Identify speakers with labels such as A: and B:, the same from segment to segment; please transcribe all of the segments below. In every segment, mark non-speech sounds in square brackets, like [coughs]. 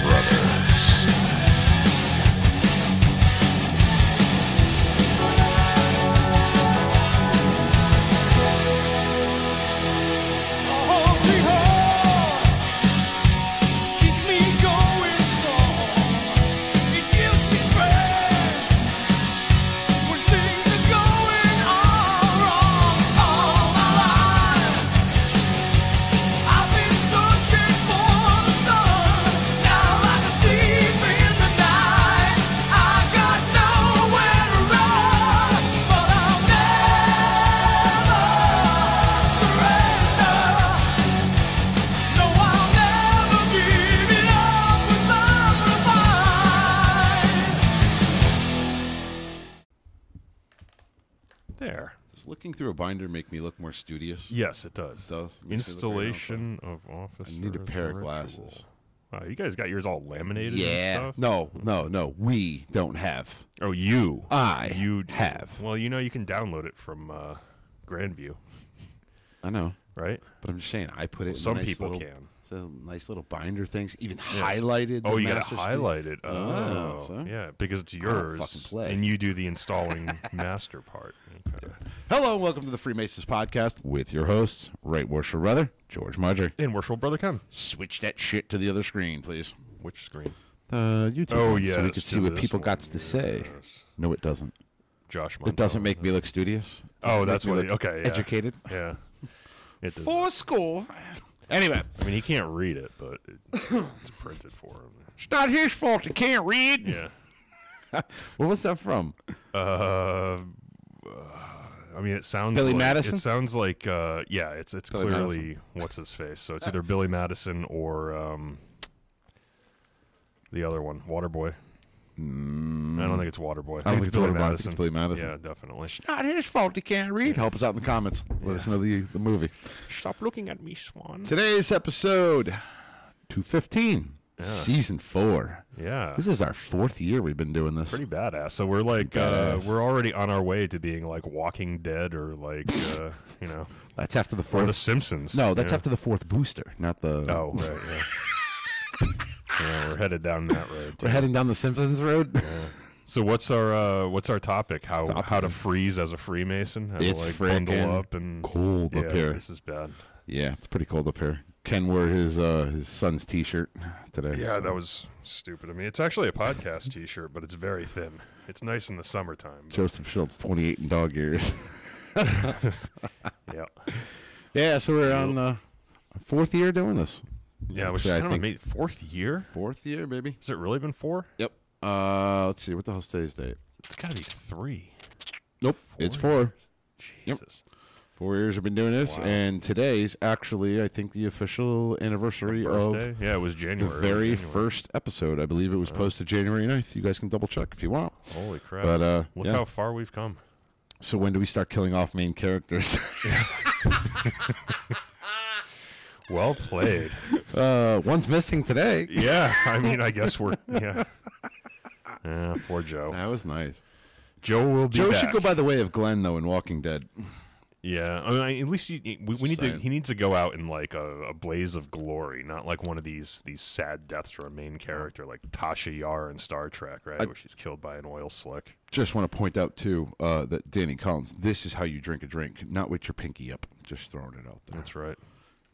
A: brothers. There.
B: Does looking through a binder make me look more studious?
A: Yes, it does.
B: It does. Makes me look very
A: Installation of office.
B: need a pair of glasses.
A: Wow, you guys got yours all laminated and stuff?
B: No, no, no. We don't have.
A: Oh, you.
B: I
A: you do.
B: have.
A: Well, you know, you can download it from uh, Grandview,
B: I know,
A: right?
B: but I'm just saying. I put it. in
A: Some
B: nice
A: people
B: little,
A: can.
B: So nice little binder things, even highlighted.
A: Oh,
B: the
A: you got to
B: master suite.
A: highlight it.
B: Ah,
A: Oh,
B: so?
A: yeah, because it's
B: don't
A: yours,
B: fucking play.
A: and you do the
B: [laughs]
A: installing master part. Okay.
B: Hello, and welcome to the Freemasons podcast with your hosts, Right Worship Brother George Marjorie.
A: And worshipful brother, come
B: Switch that shit to the other screen, please.
A: which screen?
B: Uh, YouTube.
A: Oh,
B: one, so we
A: yes,
B: can
A: to
B: see what
A: this
B: people
A: one,
B: got to say.
A: yes.
B: No, it doesn't.
A: Josh. Montel.
B: It doesn't make me look studious.
A: Oh,
B: It
A: that's
B: makes me
A: what-
B: look
A: okay, yeah.
B: Educated.
A: Yeah, it does.
B: For school. Anyway,
A: I mean, he can't read it, but it, it's printed for
B: [coughs]
A: him.
B: it's not his fault. He can't read.
A: Yeah.
B: Well, what's that from?
A: Uh, I mean, it sounds
B: Billy
A: like,
B: Madison?
A: It sounds like uh, yeah, it's it's
B: Billy Uh.
A: clearly what's his face. So it's either Billy Madison or um, the other one, Waterboy. I don't think it's Waterboy. I,
B: don't think
A: think, it's
B: it's
A: Billy
B: Waterboy, Mm. I think it's
A: Madison.
B: Billy Madison.
A: Yeah, definitely.
B: Not his fault. He can't read. Help us out in the comments. Let us know the, the movie.
A: Stop looking at me, Swan.
B: Today's episode 215, season four.
A: Yeah,
B: This is our fourth year we've been doing this.
A: pretty badass. So we're like, uh,
B: Badass.
A: we're already on our way to being like Walking Dead or like, uh, you know,
B: that's after the
A: or
B: fourth.
A: The Simpsons.
B: no, that's
A: yeah.
B: after the fourth booster, not the.
A: Oh, right. Yeah.
B: [laughs]
A: yeah, we're headed down that road.
B: We're heading down the Simpsons road.
A: So what's our uh, what's our topic? How how to freeze as a Freemason? How
B: It's
A: to, like, bundle
B: frickin'
A: up and
B: cold up
A: yeah,
B: here.
A: This is bad.
B: [laughs] yeah, it's pretty cold up here. Ken wore his uh, his son's T-shirt today.
A: Yeah, that was stupid of me. It's actually a podcast T-shirt, but it's very thin. It's nice in the summertime. but-
B: Joseph Schultz, 28 and dog years.
A: yeah,
B: [laughs] yeah, so we're on uh, fourth year doing this.
A: yeah, which
B: Actually,
A: is
B: I
A: kind of
B: think-
A: amazing. Fourth year?
B: Fourth year, baby.
A: Has it really been four?
B: Yep. Uh, let's see. What the hell's today's date?
A: It's got to be three.
B: Nope, it's four. Yep.
A: Jesus.
B: Four years I've been doing this, and today's actually, I think, the official anniversary of
A: Birthday? Yeah, it was
B: the
A: January.
B: very
A: January.
B: first episode. I believe it was posted January 9th. You guys can double check if you want.
A: Holy crap!
B: But uh,
A: Look
B: yeah.
A: how far we've come.
B: so when do we start killing off main characters?
A: Well [laughs] played.
B: [laughs] uh, one's missing today.
A: Yeah, I mean, I guess we're yeah. [laughs] Yeah, poor Joe.
B: [laughs] That was nice.
A: Joe will be
B: Joe
A: back.
B: should go by the way of Glenn though in Walking Dead.
A: Yeah, I mean, at least you, we, we need to.
B: saying.
A: He needs to go out in like a, a blaze of glory, not like one of these these sad deaths for a main character like Tasha Yar in Star Trek, right, where she's killed by an oil slick.
B: Just want to point out too uh, that Danny Collins. This is how you drink a drink, not with your pinky up. Just throwing it out there.
A: That's right.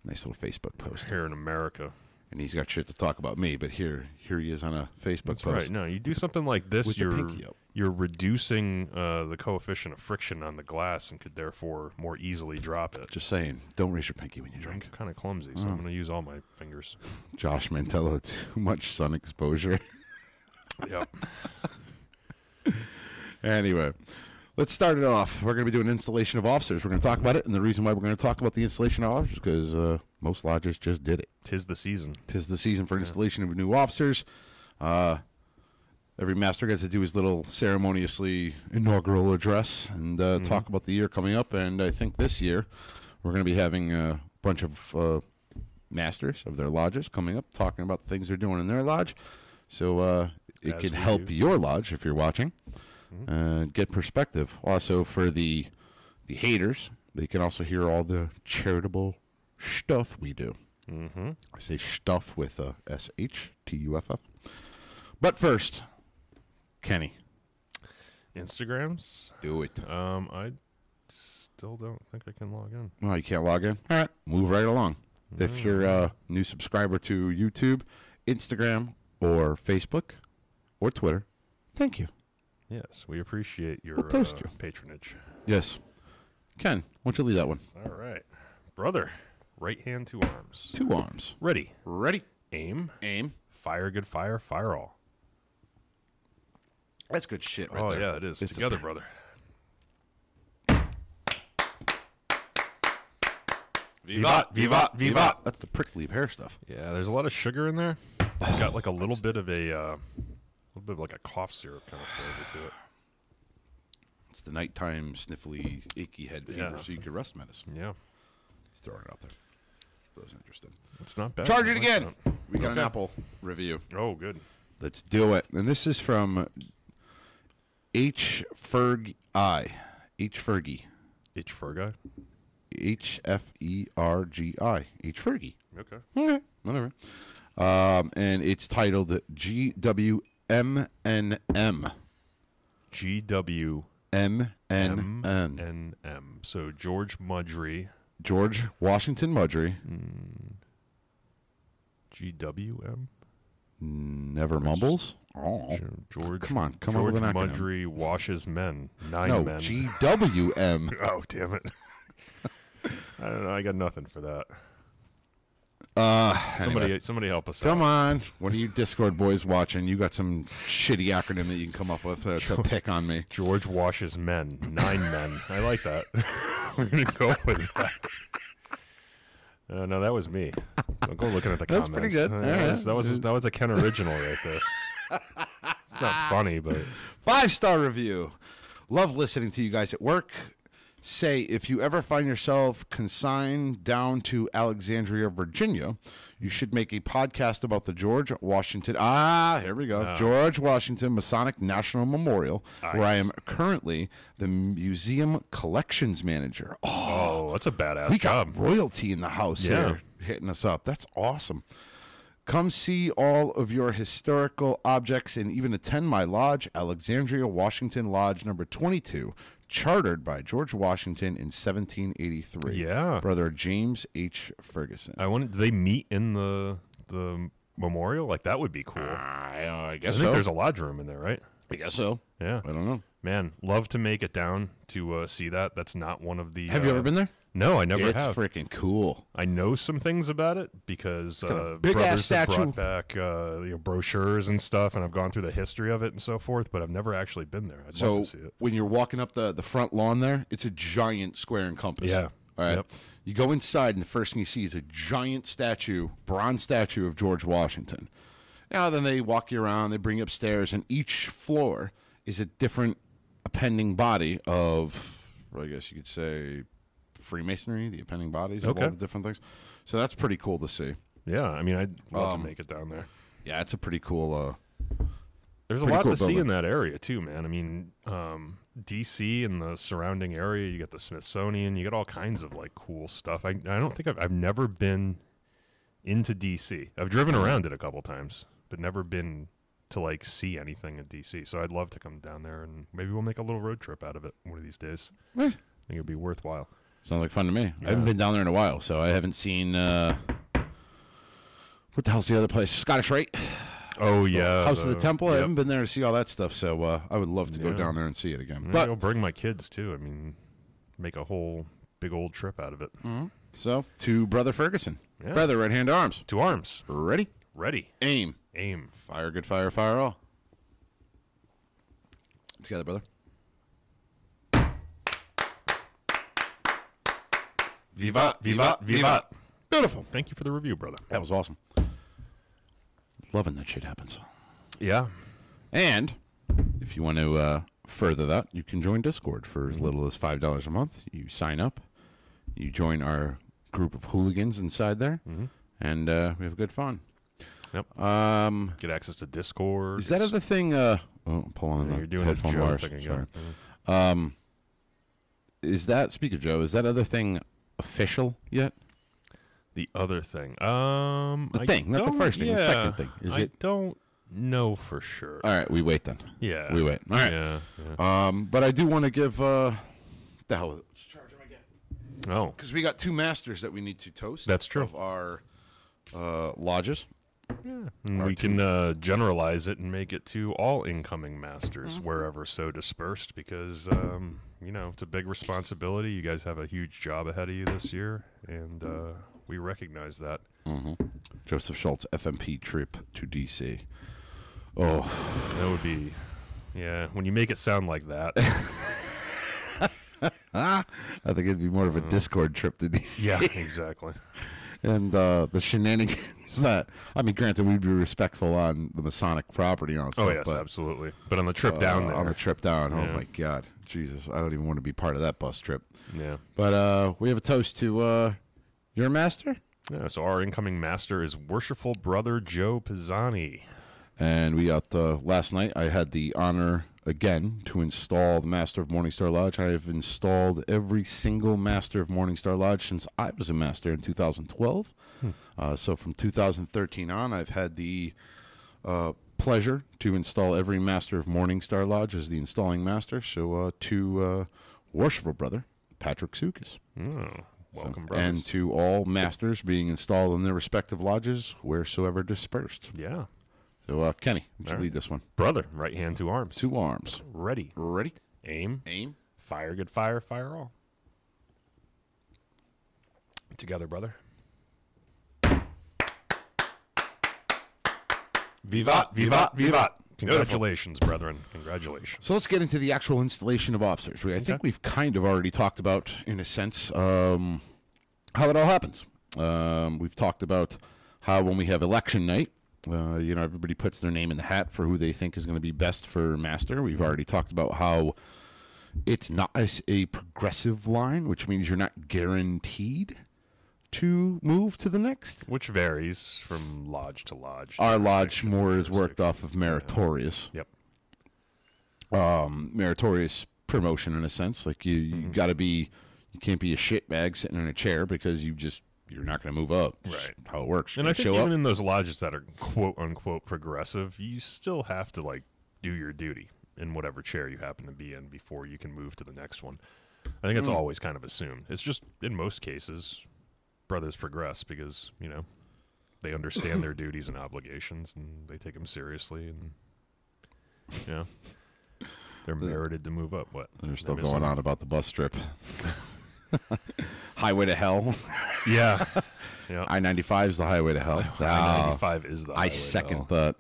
B: nice little Facebook post.
A: Here in America,
B: And he's got shit to talk about me, but here, here he is on a Facebook
A: that's
B: post.
A: right. No, you do something like this,
B: with the
A: you're
B: pinky up.
A: you're reducing uh, the coefficient of friction on the glass and could therefore more easily drop it.
B: Just saying, don't raise your pinky when you drink. Mm.
A: Kind of clumsy, so I'm going to use all my fingers.
B: Josh Mantello, [laughs] too much sun exposure. [laughs]
A: yep.
B: anyway, let's start it off. We're going to be doing installation of officers. We're going to talk about it, and the reason why we're going to talk about the installation of officers because uh, most lodges just did it.
A: [laughs] Tis the season.
B: Tis the season for installation of new officers. Uh, every master gets to do his little ceremoniously inaugural address and
A: Mm-hmm.
B: uh, talk about the year coming up. And I think this year we're going to be having a bunch of uh, masters of their lodges coming up, talking about the things they're doing in their lodge. So uh, it
A: As
B: can
A: we
B: help
A: do. Mm-hmm.
B: uh, your lodge if you're watching and get perspective. Also for the the haters, they can also hear all the charitable stuff we do. Mm-hmm. I say stuff with a S H T U F F. But first, Kenny,
A: Instagrams.
B: do it.
A: Um, I still don't think I can log in.
B: Oh, you can't log in. All right, move right along. If you're a new subscriber to YouTube, Instagram, or Facebook, or Twitter, thank you.
A: Yes, we appreciate your
B: We'll toast
A: uh,
B: you.
A: patronage.
B: Yes, Ken, why don't you leave that one?
A: All right, brother. Right hand, two arms.
B: Two arms.
A: Ready.
B: Ready.
A: Aim.
B: Aim.
A: Fire. Good fire. Fire all.
B: That's good shit right
A: oh
B: there.
A: yeah, it is
B: It's a-
A: together, brother.
B: Vivat, vivat, vivat. That's the prickly pear stuff.
A: [laughs] Yeah, there's a lot of sugar in there. It's got like a little bit of a, uh, little bit of like a cough syrup kind of flavor to it.
B: It's the nighttime sniffly, achy head fever,
A: Yeah.
B: so you can rest medicine.
A: Yeah,
B: Just throwing it out there. That was interesting.
A: it's not bad.
B: Charge
A: I
B: it
A: like
B: again.
A: that.
B: We got an
A: Okay.
B: Apple review.
A: Oh, good.
B: Let's do it. And this is from H Ferg I. H Fergie.
A: H fur guy.
B: H F E R G I. H Fergie.
A: Okay.
B: Okay. Whatever. Um, and it's titled G W M N M.
A: G W
B: M N
A: M
B: N.
A: N M. So George Mudry.
B: George Washington Mudry.
A: G W M.
B: Never mumbles. Oh.
A: George.
B: Come on, come on
A: George
B: with an acronym.
A: Mudry washes men. Nine
B: No,
A: men.
B: G W M.
A: [laughs] oh damn it. [laughs] I don't know. I got nothing for that.
B: Uh,
A: Somebody,
B: anyway.
A: somebody help us
B: Come
A: out.
B: on. What are you Discord boys watching? You got some shitty acronym that you can come up with uh, to pick on me.
A: George washes men. Nine men. I like that. [laughs] We're gonna go with that. Uh, no, that was me. Don't go looking at the
B: [laughs] That's pretty
A: comments.
B: good.
A: Uh,
B: All
A: that,
B: right.
A: was, that was that was a Ken original right there.
B: [laughs]
A: it's not funny, but
B: Five star review. Love listening to you guys at work. Say, if you ever find yourself consigned down to Alexandria, Virginia, you should make a podcast about the George Washington. Ah, here we go. George Washington Masonic National Memorial, where I am currently the museum collections manager. Oh,
A: oh, that's a badass
B: we
A: job.
B: got royalty in the house
A: Yeah.
B: here hitting us up. That's awesome. Come see all of your historical objects and even attend my lodge, Alexandria Washington Lodge number 22, chartered by George Washington in 1783.
A: Yeah.
B: Brother James H. Ferguson.
A: I wanted. Do they meet in the the memorial? Like that would be cool.
B: Ah, I,
A: I
B: guess
A: think there's a lodge room in there, right?
B: I guess so.
A: Yeah.
B: I don't know.
A: Man, love to make it down to uh, see that. That's not one of the.
B: Have you
A: uh,
B: ever been there?
A: No, I never
B: it's
A: have.
B: freaking cool.
A: I know some things about it because
B: got a
A: uh,
B: big-ass
A: brothers
B: statue.
A: have brought back uh, you know, brochures and stuff, and I've gone through the history of it and so forth. But I've never actually been there. I'd
B: So
A: love to see it.
B: when you're walking up the, the front lawn there, it's a giant square and compass.
A: Yeah.
B: All right.
A: Yep.
B: You go inside, and the first thing you see is a giant statue, bronze statue of George Washington. Now, then they walk you around, they bring you upstairs, and each floor is a different appending body of, well, I guess you could say, Freemasonry, the appending bodies of all
A: Okay.
B: the different things. So that's pretty cool to see.
A: Yeah, I mean, I'd love
B: um,
A: to make it down there.
B: Yeah, it's a pretty cool. Uh,
A: There's a
B: pretty
A: lot
B: cool
A: to see
B: building.
A: in that area too, man. I mean, um, DC and the surrounding area. You got the Smithsonian. You got all kinds of like cool stuff. I I don't think I've I've never been into DC. I've driven
B: Mm-hmm.
A: around it a couple times, but never been to like see anything in DC. So I'd love to come down there and maybe we'll make a little road trip out of it one of these days. I think it'd be worthwhile.
B: Sounds like fun to me. I haven't been down there in a while, so I haven't seen. Uh, what the hell's the other place? Scottish Rite
A: Oh yeah,
B: House of the Temple. I
A: Yep.
B: haven't been there to see all that stuff, so uh, I would love to go
A: Yeah.
B: down there and see it again.
A: Maybe
B: But
A: I'll bring my kids too. I mean, make a whole big old trip out of it.
B: Mm-hmm. so to brother Ferguson,
A: Yeah.
B: brother, right hand arms,
A: Two arms,
B: ready,
A: ready,
B: aim,
A: aim.
B: fire, good fire, fire all. Together, brother.
A: Vivat, vivat, vivat.
B: Beautiful.
A: Thank you for the review, brother.
B: That was awesome. Loving that shit happens.
A: Yeah.
B: And if you want to uh, further that, you can join Discord for as little as five dollars a month. You sign up, you join our group of hooligans inside there, and uh, we have good fun.
A: Mm-hmm. Yep.
B: Um,
A: Get access to Discord.
B: is that
A: It's-
B: other thing? Uh, oh, I'm pulling on
A: Yeah,
B: the
A: You're doing a
B: headphone
A: Joe
B: wires.
A: thing again.
B: sorry.
A: Mhm.
B: is that speak of Joe? Is that other thing official yet?
A: The other thing, um,
B: The
A: I
B: thing, not the
A: don't-
B: first thing, the
A: yeah,
B: second thing. Is
A: I
B: it-
A: don't know for sure.
B: All right, we wait then.
A: yeah,
B: we wait. All right.
A: Yeah, yeah.
B: Um, but I do want to give uh, the hell with it.
A: Oh,
B: because we got two masters that we need to toast.
A: That's true.
B: Of our uh, lodges.
A: And we can uh, generalize it and make it to all incoming masters wherever so dispersed because um, you know it's a big responsibility you guys have a huge job ahead of you this year and uh, we recognize that
B: Joseph Schultz FMP trip to DC. Oh,
A: that would be yeah when you make it sound like
B: [laughs]
A: that
B: I think it'd be more of a Discord trip to
A: Mm.
B: DC. [laughs]
A: yeah exactly
B: and uh, the shenanigans [laughs] that I mean, granted, we'd be respectful on the Masonic property and all that
A: oh
B: stuff,
A: yes
B: but,
A: absolutely but on the trip down
B: uh,
A: there
B: on the trip down.
A: Yeah.
B: Oh my God, Jesus! I don't even want to be part of that bus trip.
A: yeah
B: But uh, we have a toast to uh, your master,
A: yeah so our incoming master is worshipful brother Joe Pisani
B: and we got uh, last night. I had the honor again to install the Master of Morningstar Lodge. I have installed every single Master of Morningstar Lodge since I was a master in 2012. Uh, so from 2013 on, I've had the uh, pleasure to install every Master of Morningstar Lodge as the installing master. So uh, to uh, worshipful brother Patrick Sukis.
A: oh, welcome
B: So-
A: brothers
B: and to all masters being installed in their respective lodges wheresoever dispersed.
A: yeah
B: So, uh, Kenny, would you lead this one?
A: brother right hand to arms
B: Two arms.
A: ready
B: Ready?
A: aim
B: Aim.
A: Fire, good fire, fire all. Together, brother. Vivat, vivat, vivat. Congratulations, brethren. Congratulations.
B: So let's get into the actual installation of officers. We, I think we've kind of already talked about, in a sense, um, how it all happens. Um, we've talked about how when we have election night, uh, you know, everybody puts their name in the hat for who they think is going to be best for master. We've already talked about how it's not as a progressive line, which means you're not guaranteed to move to the next.
A: Which varies from lodge to lodge.
B: Our lodge more is worked off of meritorious.
A: yep.
B: meritorious promotion in a sense. Like you, you got to be, you can't be a shitbag sitting in a chair because you just you're not going to move up. It's just
A: Right.
B: how it works. You're
A: And I
B: gonna
A: think
B: show
A: even
B: up.
A: in those lodges that are quote unquote progressive, you still have to like do your duty in whatever chair you happen to be in before you can move to the next one. I think
B: Hmm.
A: it's always kind of assumed. It's just in most cases, brothers progress because you know they understand
B: [laughs]
A: their duties and obligations and they take them seriously and you know they're merited to move up. What
B: They're still
A: Am I missing
B: going on about the bus trip. [laughs] highway to hell.
A: it?
B: [laughs]
A: Yeah, yeah.
B: I ninety five is the highway to [laughs] hell.
A: I
B: Ah,
A: ninety five is the.
B: I
A: highway to
B: second
A: hell.
B: thought.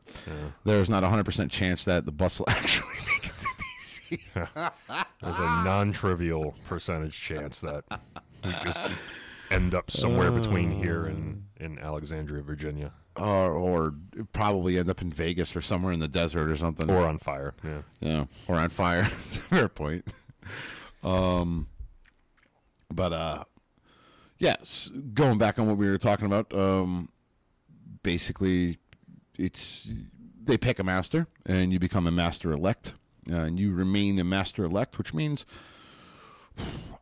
B: There's not a hundred percent chance that the bus will [laughs] actually make it to DC.
A: There's a non-trivial percentage chance that we just end up somewhere between here and in Alexandria, Virginia,
B: or, or probably end up in Vegas or somewhere in the desert or something.
A: or on fire. Yeah,
B: Yeah, or on fire. [laughs] It's a fair point. Um, but uh, yes, going back on what we were talking about, um, basically, it's they pick a master, and you become a master elect, uh, and you remain a master elect, which means.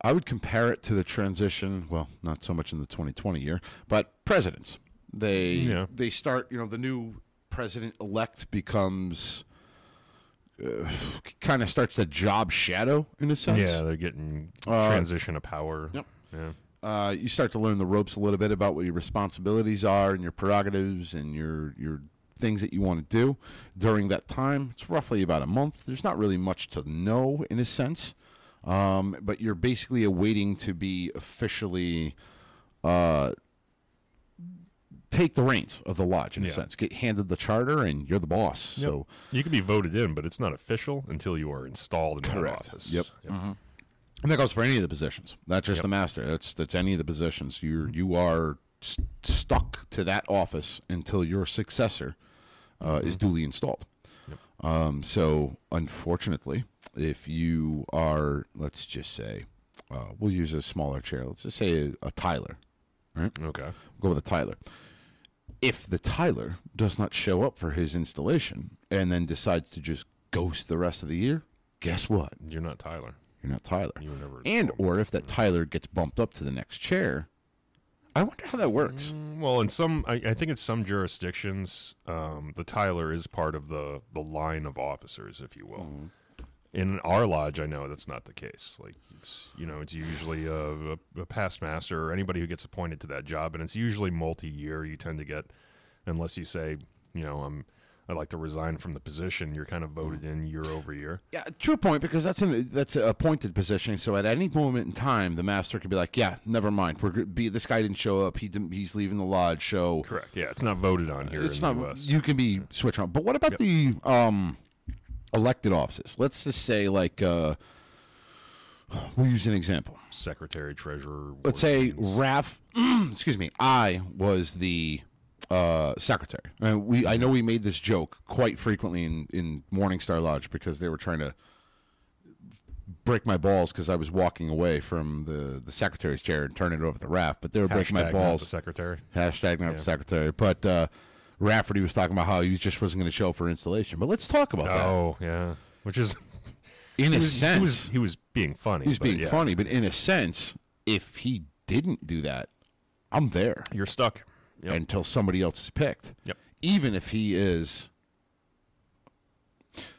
B: I would compare it to the transition. Well, not so much in the 2020 year, but presidents. They
A: Yeah.
B: they start. You know, the new president elect becomes kind of starts to job shadow in a sense.
A: yeah, they're getting transition of power.
B: Uh, yep.
A: Yeah.
B: Uh, you start to learn the ropes a little bit about what your responsibilities are and your prerogatives and your your things that you want to do during that time. It's roughly about a month. There's not really much to know in a sense, um, but you're basically awaiting to be officially uh, take the reins of the lodge in a
A: Yeah.
B: sense. Get handed the charter and you're the boss.
A: Yep.
B: So.
A: you can be voted in, but it's not official until you are installed in that
B: Correct.
A: office.
B: Yep. Mm-hmm. And that goes for any of the positions, not just the master. That's that's any of the positions. You you are st- stuck to that office until your successor uh, is duly installed. Um, so, unfortunately, if you are, let's just say, uh, we'll use a smaller chair. Let's just say a, a Tyler.
A: Okay.
B: We'll go with a Tyler. If the Tyler does not show up for his installation and then decides to just ghost the rest of the year, guess what?
A: You're not Tyler.
B: You're not Tyler.
A: You were never. Mm-hmm.
B: And or if that Tyler gets bumped up to the next chair, I wonder how that works.
A: Mm, Well, in some, I, I think in some jurisdictions, um, the Tyler is part of the the line of officers, if you will.
B: Mm-hmm.
A: In our lodge, I know that's not the case. Like it's you know it's usually a, a, a past master or anybody who gets appointed to that job, and it's usually multi year. You tend to get, unless you say, you know, I'm I'd like to resign from the position. You're kind of
B: Mm-hmm.
A: voted in year over year.
B: Yeah, true point because that's an that's an appointed position. So at any moment in time, the master could be like, "Yeah, never mind. We're gr- be, this guy didn't show up. He didn't, he's leaving the lodge. So
A: Correct. Yeah, it's not voted on here.
B: it's
A: in the
B: not
A: US.
B: you can be switched on. But what about the um elected offices? Let's just say like uh we'll use an example.
A: secretary, treasurer.
B: Let's say Raf, [clears throat] excuse me, I was the uh, secretary. And we, I know we made this joke quite frequently in, in Morningstar Lodge because they were trying to break my balls because I was walking away from the, the secretary's chair and turning it over to Raf, but they were breaking my
A: Hashtag not
B: balls.
A: the secretary.
B: Hashtag not the secretary. But uh, Rafferty was talking about how he just wasn't going to show up for installation. But let's talk about
A: Oh yeah, which is
B: that. In a
A: he was,
B: sense,
A: he was he was being funny.
B: he was
A: but
B: being
A: yeah.
B: funny, but in a sense, if he didn't do that, I'm there
A: You're stuck. Yep.
B: until somebody else is picked.
A: Yep.
B: Even if he is.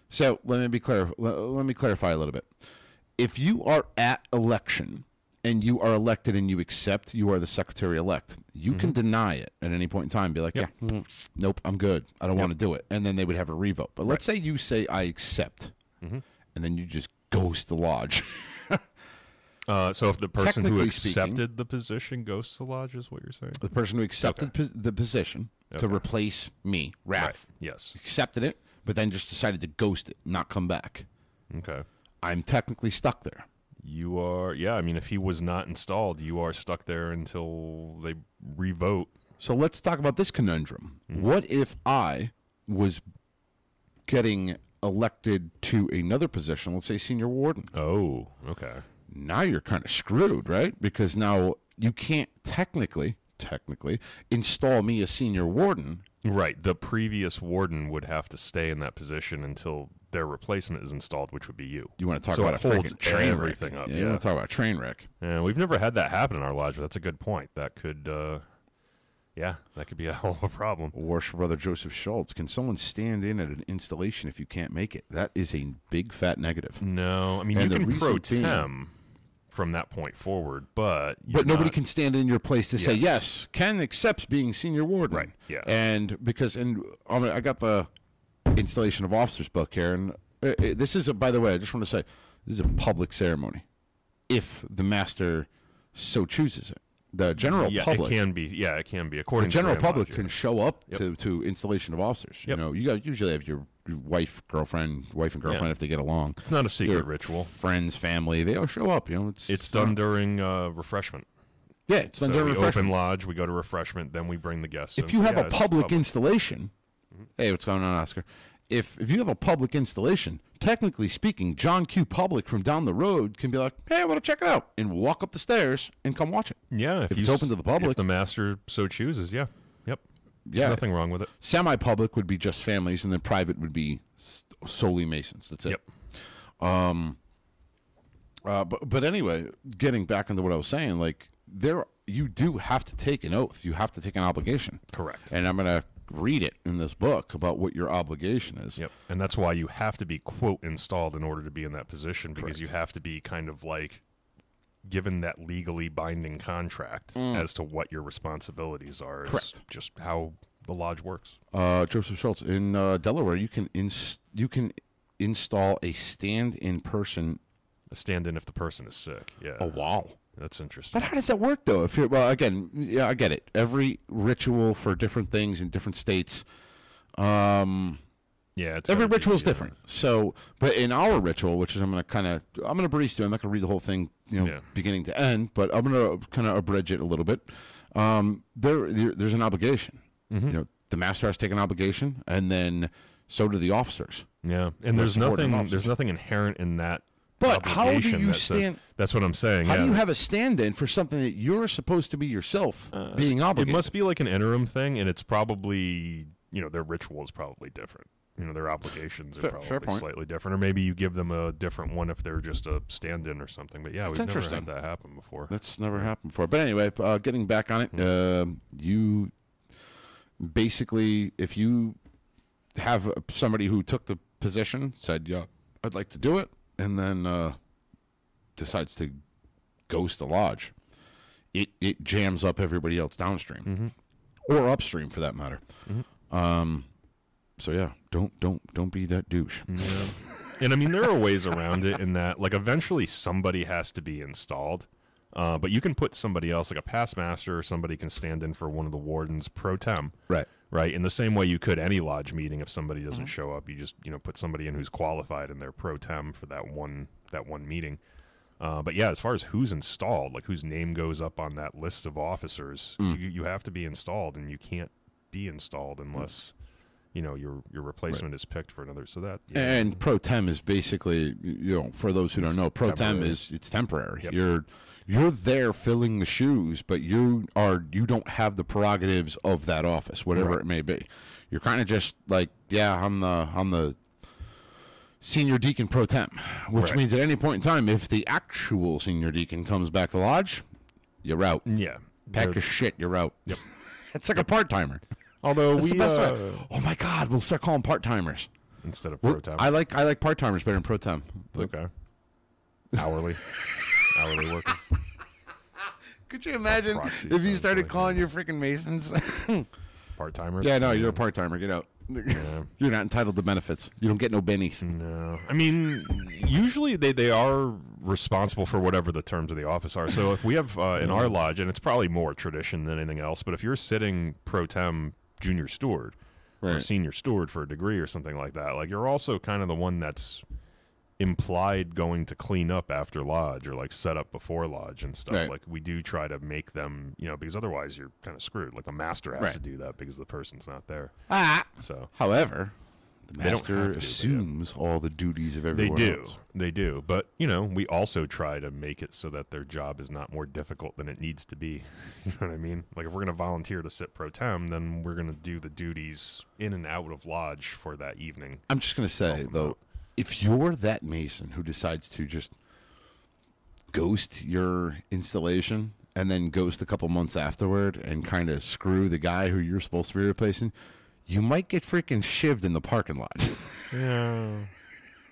B: So let me be clear. Let, let me clarify a little bit. If you are at election and you are elected and you accept you are the secretary elect, you can deny it at any point in time. Be like,
A: Mm-hmm. Yep.
B: yeah, mm, nope, I'm good. I don't want to do it, and then they would have a revote. But let's say you say I accept,
A: Mm-hmm.
B: and then you just ghost the lodge. [laughs]
A: Uh, so if the person who
B: Technically
A: accepted
B: speaking-
A: the position goes to lodge, is what you're saying?
B: the person who accepted pos- the position to
A: Okay.
B: replace me, Raph,
A: Yes.
B: accepted it, but then just decided to ghost it, not come back.
A: Okay.
B: I'm technically stuck there.
A: You are. Yeah. I mean, if he was not installed, you are stuck there until they revote.
B: So let's talk about this conundrum.
A: Mm-hmm.
B: What if I was getting elected to another position, let's say senior warden?
A: Oh. Okay.
B: Now you're kind of screwed, right? Because now you can't technically, technically install me as senior warden.
A: Right. The previous warden would have to stay in that position until their replacement is installed, which would be you.
B: You want to talk
A: So
B: about
A: it
B: a
A: holds
B: freaking train
A: everything
B: wreck.
A: up,
B: you
A: yeah.
B: want to talk about a train wreck.
A: Yeah, we've never had that happen in our lodge, but that's a good point. That could, uh, yeah, that could be a [laughs] hell of a problem.
B: Worship Brother Joseph Schultz. Can someone stand in at an installation if you can't make it? That is a big fat negative.
A: No, I mean
B: And the
A: you can
B: reason
A: pro
B: being-
A: tem from that point forward, but you're
B: But nobody
A: not-
B: can stand in your place to say
A: Yes.
B: yes. Ken accepts being senior warden,
A: Right, yeah.
B: And because and I, mean, I got the installation of officers book here, and uh, uh, this is a, by the way, I just want to say this is a public ceremony, if the master so chooses it. The general
A: Yeah,
B: public,
A: it can be. Yeah, it can be. According
B: the general
A: to Grand
B: public
A: Lodge,
B: can show up to, to installation of officers.
A: Yep.
B: You know, you got usually have your your wife, girlfriend, wife and girlfriend if they get along.
A: It's not a secret
B: your
A: ritual.
B: friends, family, they all show up. You know, it's
A: It's done during uh, refreshment.
B: Yeah, it's done
A: so
B: during
A: we
B: refreshment.
A: open lodge, we go to refreshment, then we bring the guests. in.
B: If you
A: So,
B: have
A: yeah,
B: a
A: it's Mm-hmm.
B: public, installation, hey, what's going on, Oscar? If if you have a public installation, technically speaking, John Q. Public from down the road can be like, hey, I want to check it out, and walk up the stairs and come watch it.
A: yeah, if,
B: if
A: you
B: it's
A: s-
B: open to the
A: if
B: public.
A: the master so chooses. Yeah, yep,
B: Yeah,
A: nothing wrong with it.
B: semi-public would be just families, and then private would be s- solely Masons. That's it.
A: Yep.
B: Uh, but but anyway, getting back into what I was saying, like there you do have to take an oath. You have to take an obligation.
A: Correct.
B: And I'm gonna read it in this book about what your obligation is.
A: Yep. And that's why you have to be quote installed in order to be in that position because you have to be kind of like given that legally binding contract as to what your responsibilities are. is
B: Mm. Correct.
A: Just how the lodge works.
B: Uh, Joseph Schultz in uh, Delaware, you can ins- you can install a stand-in person.
A: A stand in if the person is sick. Yeah.
B: Oh, wow!
A: That's interesting.
B: But how does that work though? If you're well, again, yeah, I get it. Every ritual for different things in different states. Um,
A: Yeah. It's
B: every
A: gotta be,
B: ritual is
A: uh,
B: different. So, but in our ritual, which is I'm going to kind of I'm going to breeze through. I'm not going to read the whole thing, you know,
A: Yeah.
B: beginning to end. But I'm going to kind of abridge it a little bit. Um, there, there, there's an obligation.
A: Mm-hmm.
B: You know, the master has to take an obligation, and then so do the officers.
A: Yeah. And there's
B: supporting
A: nothing
B: officers.
A: there's nothing inherent in that.
B: But how do
A: obligation
B: you
A: that says-
B: stand-
A: that's what I'm saying.
B: How
A: yeah,
B: do you
A: that-
B: have a stand-in for something that you're supposed to be yourself being
A: It
B: obligated?
A: must be like an interim thing, and it's probably you know their ritual is probably different. you know their obligations are
B: Fair-
A: probably
B: fair point.
A: slightly different, or maybe you give them a different one if they're just a stand-in or something. But yeah,
B: That's
A: we've never
B: interesting.
A: had that happen before.
B: That's never happened before. But anyway, uh, getting back on it, um you basically, if you have somebody who took the position, said, "Yeah, I'd like to do it," and then uh, decides to ghost the lodge, it it jams up everybody else downstream or upstream, for that matter. Um, so yeah, don't don't don't be that douche.
A: and I mean, there are ways around it in that, like, eventually somebody has to be installed. Uh, but you can put somebody else, like a past master or somebody can stand in for one of the wardens pro tem.
B: Right.
A: Right. In the same way you could any lodge meeting, if somebody
B: Mm-hmm.
A: doesn't show up, you just, you know, put somebody in who's qualified and they're pro tem for that one, that one meeting. Uh, but yeah, as far as who's installed, like whose name goes up on that list of officers,
B: Mm.
A: you, you have to be installed and you can't be installed unless, you know, your, your replacement is picked for another. So that, yeah.
B: And pro tem is basically, you know, for those who don't know, pro tem
A: temporary.
B: is it's temporary.
A: Yep.
B: You're you're there filling the shoes, but you are you don't have the prerogatives of that office, whatever it may be. You're kind of just like, yeah, I'm the I'm the senior deacon pro tem, which
A: Right.
B: means at any point in time, if the actual senior deacon comes back to lodge, you're out.
A: Yeah.
B: Pack
A: They're-
B: your shit, you're out. Yep. [laughs] it's like a part timer.
A: Although
B: That's
A: we
B: the best
A: uh,
B: way. Oh my God, we'll start calling part timers.
A: instead of pro time.
B: I like I like part timers better than pro tem.
A: okay.
B: [laughs]
A: Hourly. Hourly worker.
B: Could you imagine
A: Proxy
B: if you
A: sounds
B: started
A: like
B: calling your freaking masons?
A: Part timers.
B: [laughs] yeah, no, you're a part timer. Get out. [laughs] you're not entitled to benefits. You don't get no bennies.
A: No. I mean, usually they, they are responsible for whatever the terms of the office are. So if we have uh, in our lodge, and it's probably more tradition than anything else, but if you're sitting pro tem junior steward or
B: Right.
A: senior steward for a degree or something like that, like you're also kind of the one that's implied going to clean up after lodge or like set up before lodge and stuff
B: Right.
A: like we do try to make them you know because otherwise you're kind of screwed like the master has
B: Right.
A: to do that because the person's not there
B: Ah.
A: so
B: However, the
A: don't have
B: master
A: to, but
B: assumes all the duties of
A: They
B: everyone.
A: do.
B: else.
A: They do. But, you know, we also try to make it so that their job is not more difficult than it needs to be. [laughs] You know what I mean? Like, if we're going to volunteer to sit pro tem, then we're going to do the duties in and out of lodge for that evening.
B: I'm just gonna say
A: Oh,
B: though, if you're that mason who decides to just ghost your installation and then ghost a couple months afterward and kind of screw the guy who you're supposed to be replacing, you might get freaking shivved in the parking lot.
A: Yeah.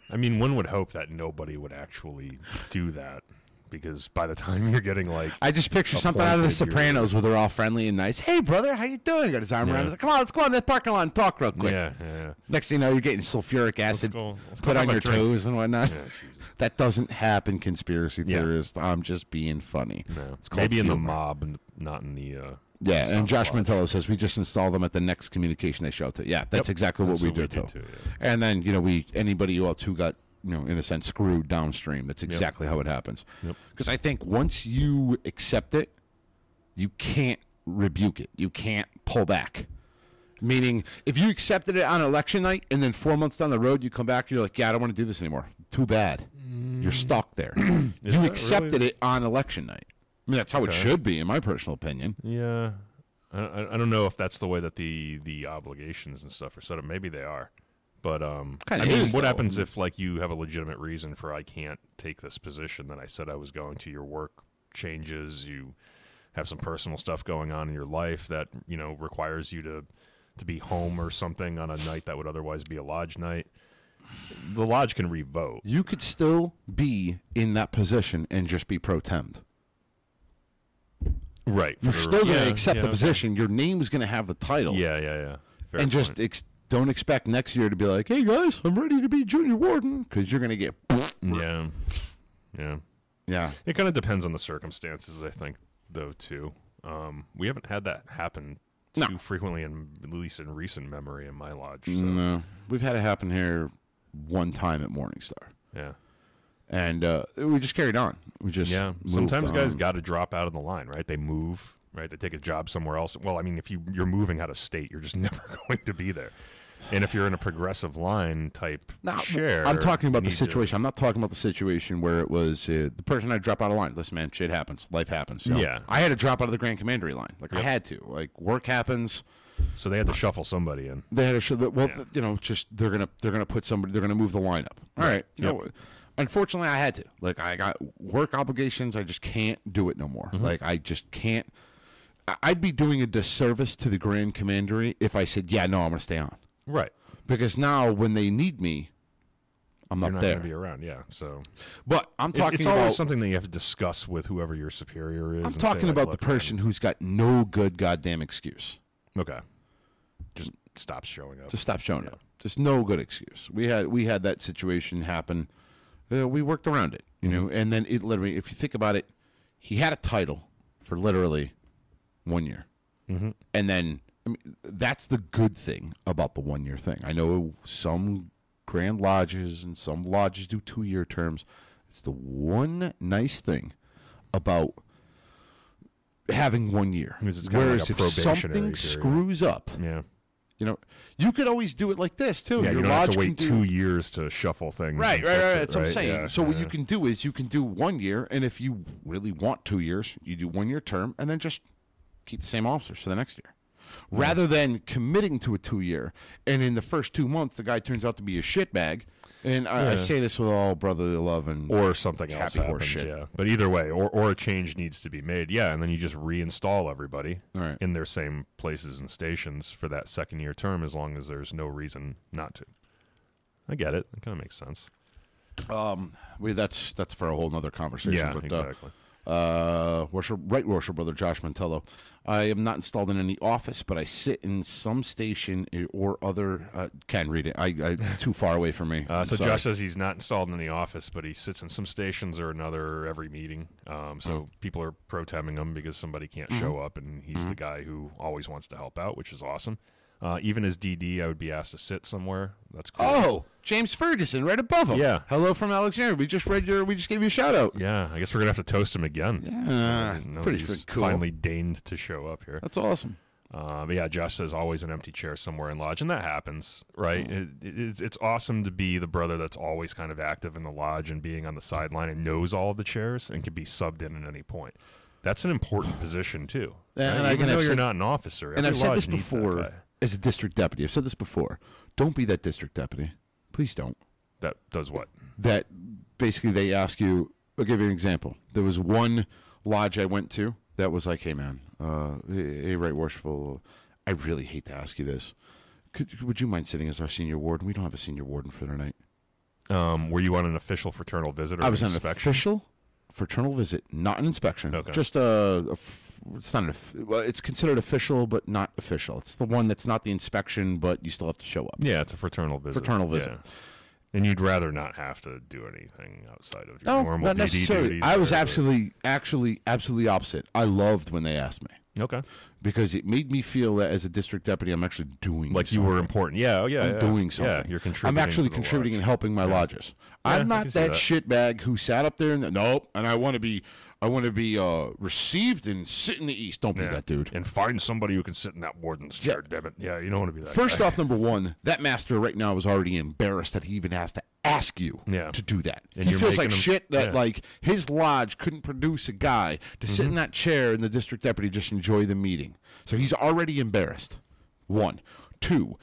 A: I mean, one would hope that nobody would actually do that because by the time you're getting like.
B: I
A: [laughs]
B: just picture something out of The
A: Appointed, you're-
B: Sopranos where they're all friendly and nice. Hey, brother, how you doing? Got his arm around.
A: Yeah.
B: He's like, Come on, let's go on this parking lot and talk real quick.
A: Yeah, yeah.
B: Next thing you know, you're getting sulfuric acid
A: go- let's go
B: put on
A: have a
B: your
A: drink.
B: toes and whatnot.
A: Yeah, Jesus.
B: That doesn't happen, conspiracy
A: Yeah.
B: theorist. I'm just being funny.
A: No.
B: It's called
A: Maybe in the
B: humor.
A: mob, and not in the. Uh,
B: Yeah,
A: soft
B: and Josh
A: lodge.
B: Mantello says we just install them at the next communication they show to. Yeah, that's
A: Yep,
B: exactly
A: that's
B: what we
A: what we
B: do
A: do
B: too.
A: too, yeah.
B: And then you know we anybody else who got you know in a sense screwed downstream. That's exactly how it happens.
A: Yep.
B: Because I think once you accept it, you can't rebuke it. You can't pull back. Meaning, if you accepted it on election night and then four months down the road you come back, you're like, yeah, I don't want to do this anymore. Too bad. You're
A: [clears throat]
B: stuck there. you
A: Mm. that
B: accepted it on election night. I mean, that's how it
A: Okay.
B: should be, in my personal opinion.
A: Yeah, I, I I don't know if that's the way that the the obligations and stuff are set up. Maybe they are, but um,
B: Kinda
A: I mean,
B: is,
A: what
B: though.
A: happens if like you have a legitimate reason for I can't take this position that I said I was going to? Your work changes. You have some personal stuff going on in your life that you know requires you to to be home or something on a night that would otherwise be a lodge night. The lodge can revote.
B: you could still be in that position and just be pro temmed.
A: Right.
B: You're still going to
A: yeah,
B: accept
A: yeah,
B: the
A: okay.
B: position. Your name's going to have the title.
A: Yeah, yeah, yeah. Fair
B: and just
A: point.
B: ex- don't expect next year to be like, hey guys, I'm ready to be junior warden because you're going to get. [laughs]
A: yeah, yeah.
B: Yeah.
A: It kind of depends on the circumstances, I think, though. Too, um, we haven't had that happen
B: No.
A: too frequently, in, at least in recent memory in my lodge. So,
B: No. We've had it happen here one time at Morningstar.
A: Yeah,
B: And uh, we just carried on. We just.
A: yeah.
B: moved
A: Sometimes guys
B: on.
A: got to drop out of the line, right? They move, right? They take a job somewhere else. Well, I mean, if you you're moving out of state, you're just [laughs] never going to be there. And if you're in a progressive line type
B: No,
A: chair,
B: I'm talking about
A: you
B: the
A: need to-
B: situation. I'm not talking about the situation where it was uh, the person I drop out of line. Listen, man, shit happens. Life happens. you know?
A: Yeah.
B: I had to drop out of the Grand Commandery line. Like I had to. Like work happens.
A: So they had to shuffle somebody in.
B: They had a show that well,
A: Yeah.
B: you know, just they're gonna they're gonna put somebody they're gonna move the lineup. All right, you know,
A: Yep.
B: unfortunately, I had to like I got work obligations. I just can't do it no more.
A: Mm-hmm.
B: Like I just can't. I- I'd be doing a disservice to the Grand Commandery if I said, "Yeah, no, I'm gonna stay on,"
A: Right.
B: because now when they need me, I'm
A: You're
B: not
A: not
B: there.
A: going to be around. Yeah. So
B: but I'm
A: It-
B: talking
A: it's
B: about
A: always something that you have to discuss with whoever your superior is.
B: I'm
A: and say,
B: talking
A: like,
B: about the
A: "Look,
B: person who's got no good goddamn excuse.
A: man, Okay. Just stops showing up.
B: Just stop showing up. Just no good excuse. We had we had that situation happen. Uh, we worked around it, you know.
A: Mm-hmm.
B: And then it literally, if you think about it, he had a title for literally one year, mm-hmm. and then I mean, that's the good thing about the one year thing. I know some grand lodges and some lodges do two year terms. It's the one nice thing about having one year.
A: Because it's kinda like a
B: if
A: probationary
B: something
A: period.
B: screws up,
A: yeah.
B: you know, you could always do it like this too.
A: Yeah.
B: Oh, Your
A: You don't
B: lodge
A: have to
B: can
A: wait
B: do-
A: two years to shuffle things. and
B: Right, right, right.
A: fix it,
B: That's what I'm saying.
A: Yeah,
B: so what you
A: yeah.
B: can do is you can do one year, and if you really want two years, you do one year term, and then just keep the same officers for the next year, rather than committing to a two year, and in the first two months, the guy turns out to be a shitbag. And I, I say this with all brotherly love and
A: or something else
B: Happy
A: happens.
B: horseshit.
A: Yeah, but either way, or or a change needs to be made. Yeah, and then you just reinstall everybody
B: Right.
A: in their same places and stations for that second year term, as long as there's no reason not to. I get it. It kind of makes sense.
B: we, that's that's for a whole nother conversation.
A: yeah,
B: but, uh,
A: exactly.
B: uh, worship, right worship brother Josh Mantello. I am not installed in any office, but I sit in some station or other. Uh, can't read it. I,
A: [laughs]
B: I too far away from me.
A: Uh,
B: I'm
A: so
B: sorry.
A: Josh says he's not installed in the office, but he sits in some stations or another every meeting. Um, so
B: Mm.
A: people are pro temming him because somebody can't
B: Mm-hmm.
A: show up, and he's the guy who always wants to help out, which is awesome. Uh, even as DD, I would be asked to sit somewhere. That's cool.
B: Oh, James Ferguson, right above him.
A: Yeah.
B: Hello from Alexandria. We just read your. We just gave you a shout out.
A: Yeah, I guess we're gonna have to toast him again.
B: Yeah,
A: I didn't
B: it's
A: know
B: pretty
A: he's
B: freaking cool.
A: Finally deigned to show up here.
B: That's awesome.
A: Uh, but yeah, Josh says always an empty chair somewhere in lodge, and that happens,
B: Hmm.
A: right? It, it, it's, it's awesome to be the brother that's always kind of active in the lodge and being on the sideline and knows all of the chairs and can be subbed in at any point. That's an important position too.
B: And
A: right?
B: I
A: Even
B: can-
A: though
B: I've
A: you're
B: said-
A: not an officer,
B: and
A: every
B: I've said
A: lodge
B: this
A: needs that
B: before
A: guy.
B: as a district deputy. I've said this before. Don't be that district deputy. Please don't.
A: That does what?
B: that basically they ask you. I'll give you an example. There was one lodge I went to that was like, "Hey man, uh, hey right worshipful, I really hate to ask you this. Could would you mind sitting as our senior warden? We don't have a senior warden for tonight.
A: Um, were you on an official fraternal visit or
B: I was
A: an
B: on an
A: inspection?
B: official fraternal visit, not an inspection.
A: Okay.
B: Just a, a f- it's not an. Of, well, it's considered official, but not official. It's the one that's not the inspection, but you still have to show up.
A: yeah, it's a fraternal visit.
B: Fraternal visit.
A: Yeah. And you'd rather not have to do anything outside of your
B: No,
A: normal
B: not
A: DD
B: necessarily.
A: duties.
B: I was
A: or-
B: absolutely, actually, absolutely opposite. I loved when they asked me.
A: okay.
B: because it made me feel that as a district deputy, I'm actually doing
A: like you
B: something.
A: were important. Yeah, oh yeah,
B: I'm
A: yeah.
B: doing
A: Yeah,
B: something.
A: you're contributing.
B: I'm actually
A: to the
B: contributing
A: lodge.
B: and helping my lodges.
A: Yeah, I
B: I'm not
A: can see
B: that,
A: that.
B: shitbag who sat up there and nope, and I want to be, I want to be uh, received and sit in the east. Don't
A: Yeah.
B: be that dude.
A: And find somebody who can sit in that warden's chair. Damn it. Yeah, you don't want to be that.
B: First
A: guy.
B: off, number one, that master right now is already embarrassed that he even has to ask you
A: Yeah.
B: to do that.
A: And
B: he
A: you're
B: feels like
A: making him-
B: shit that
A: yeah.
B: like his lodge couldn't produce a guy to sit
A: Mm-hmm.
B: in that chair and the district deputy just enjoy the meeting. So he's already embarrassed. One, two,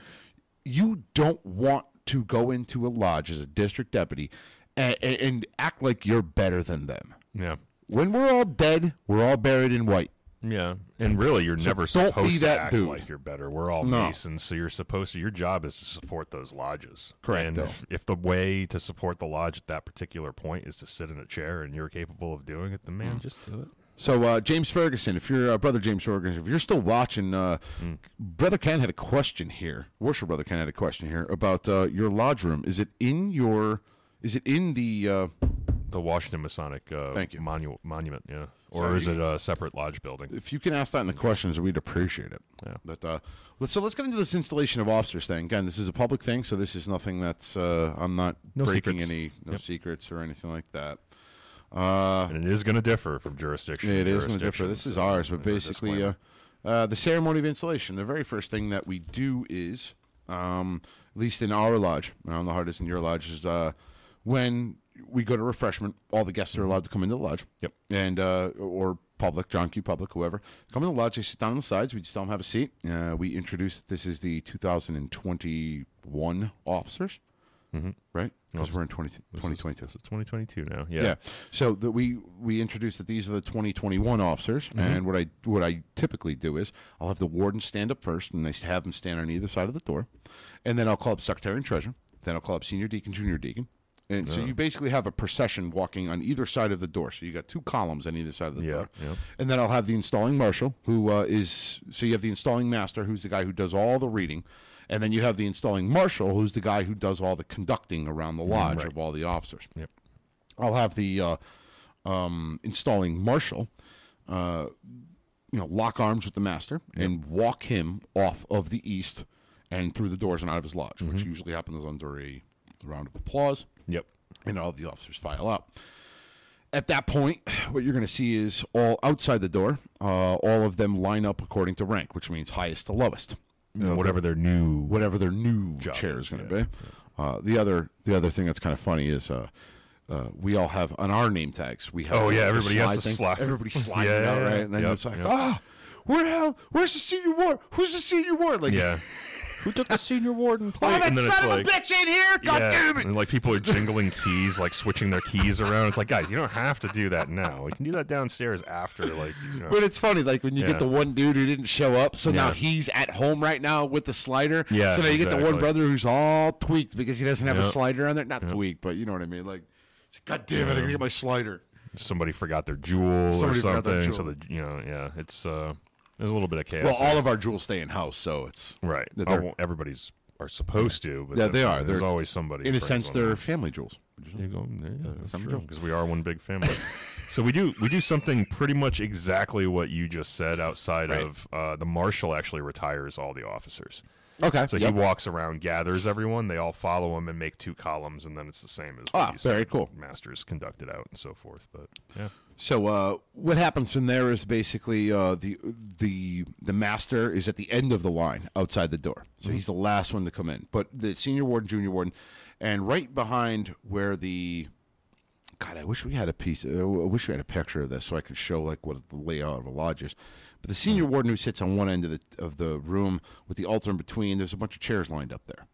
B: you don't want to go into a lodge as a district deputy and, and act like you're better than them.
A: yeah,
B: When we're all dead, we're all buried in white.
A: yeah, and really, you're never
B: don't be
A: supposed to
B: that
A: act
B: dude.
A: like you're better. We're all
B: No.
A: masons, so you're supposed to. Your job is to support those lodges.
B: Correct,
A: And
B: though.
A: if, if the way to support the lodge at that particular point is to sit in a chair, and you're capable of doing it, then man,
B: Mm.
A: just do it.
B: So uh, James Ferguson, if you're uh, brother James Ferguson, if you're still watching, uh,
A: Hmm.
B: brother Ken had a question here. Worship brother Ken had a question here about uh, your lodge room. Is it in your? Is it in the? Uh,
A: The Washington Masonic uh,
B: Thank you.
A: monu- monument, yeah, or is it a separate lodge building?
B: if you can ask that in the questions, we'd appreciate it.
A: Yeah.
B: But uh, let's, so let's get into this installation of officers thing. Again, this is a public thing, so this is nothing that's uh, I'm not
A: No
B: breaking
A: secrets.
B: any no secrets or anything like that. Uh,
A: And it is going to differ from jurisdiction.
B: Yeah, it
A: to
B: is no
A: jurisdiction,
B: different. This is
A: so
B: ours, but
A: there's a
B: basically, uh,
A: disclaimer.
B: uh, the ceremony of installation. The very first thing that we do is, um, at least in our lodge, I don't know how it is in your lodge, is uh, when we go to refreshment, all the guests are allowed to come into the lodge.
A: Yep.
B: And uh, or Public, John Q. Public, whoever. Come in the lodge, they sit down on the sides. We just tell them have a seat. Uh, we introduce that this is the 2021 officers, right? Because we're in 20,
A: Mm-hmm. This is-
B: 2022.
A: this is 2022 now.
B: Yeah.
A: Yeah.
B: So that we we introduced that these are the 2021 officers, and what I what I typically do is I'll have the warden stand up first, and I have them stand on either side of the door, and then I'll call up secretary and treasurer, then I'll call up senior deacon, junior deacon, and so you basically have a procession walking on either side of the door. So you got two columns on either side of the
A: Yeah,
B: door,
A: yeah.
B: and then I'll have the installing marshal, who uh, is so you have the installing master, who's the guy who does all the reading. And then you have the installing marshal, who's the guy who does all the conducting around the lodge
A: Mm, right.
B: of all the officers.
A: Yep.
B: I'll have the uh, um, installing marshal, uh, you know, lock arms with the master and walk him off of the east and through the doors and out of his lodge,
A: Mm-hmm.
B: which usually happens under a round of applause,
A: Yep.
B: and all the officers file out. At that point, what you're going to see is all outside the door, uh, all of them line up according to rank, which means highest to lowest
A: Whatever their new.
B: whatever their new
A: Job
B: chair
A: is,
B: is going to
A: yeah,
B: be. Uh, the other the other thing that's kind of funny is uh, uh, we all have on our name tags. We have
A: Oh, yeah,
B: the
A: everybody has
B: slide
A: to
B: thing.
A: slide. [laughs]
B: Everybody sliding
A: Yeah,
B: it out
A: yeah,
B: right,
A: yeah.
B: and then
A: Yep,
B: it's like
A: yep.
B: ah, where the hell? Where's the senior ward? Who's the senior ward? Like
A: Yeah.
B: who
A: [laughs]
B: took the senior ward and
A: plate?
B: Oh, that
A: And then it's
B: son of
A: like-
B: a bitch in here! God
A: yeah.
B: damn it!
A: And like people are jingling keys, like switching their keys around. It's like, guys, you don't have to do that now. You can do that downstairs after. Like, you know.
B: But it's funny, like when you
A: Yeah.
B: get the one dude who didn't show up, so now
A: Yeah.
B: he's at home right now with the slider.
A: Yeah,
B: So now you get the one
A: exactly.
B: brother who's all tweaked because he doesn't have a
A: Yep.
B: slider on there. Not tweaked, but you know what I mean. Like, it's like, God damn it, I gotta get my slider.
A: somebody forgot their jewel
B: Somebody
A: or
B: forgot
A: something.
B: their
A: So the you know, yeah, it's uh, there's a little bit of chaos.
B: Well,
A: there.
B: all of our jewels stay in house, so it's
A: right.
B: that
A: Oh,
B: they're-
A: well, everybody's are supposed to, but
B: Yeah, they
A: there's-
B: are.
A: There's
B: They're-
A: always somebody.
B: in a
A: brings
B: sense
A: one.
B: they're family jewels.
A: You go, yeah, that's
B: some
A: true,
B: jokes.
A: because we are one big family.
B: [laughs]
A: so we do we do something pretty much exactly what you just said. Outside
B: Right.
A: of uh, the marshal actually retires all the officers,
B: Okay,
A: so he walks around, gathers everyone. They all follow him and make two columns, and then it's the same as what
B: Ah,
A: you said,
B: very cool.
A: Masters conducted out and so forth. But yeah,
B: So uh, what happens from there is basically uh, the the the master is at the end of the line outside the door, so he's the last one to come in. But the senior warden, junior warden, and right behind where the God, I wish we had a piece. uh, I wish we had a picture of this so I could show like what the layout of a lodge is. But the senior warden who sits on one end of the of the room with the altar in between, there's a bunch of chairs lined up there.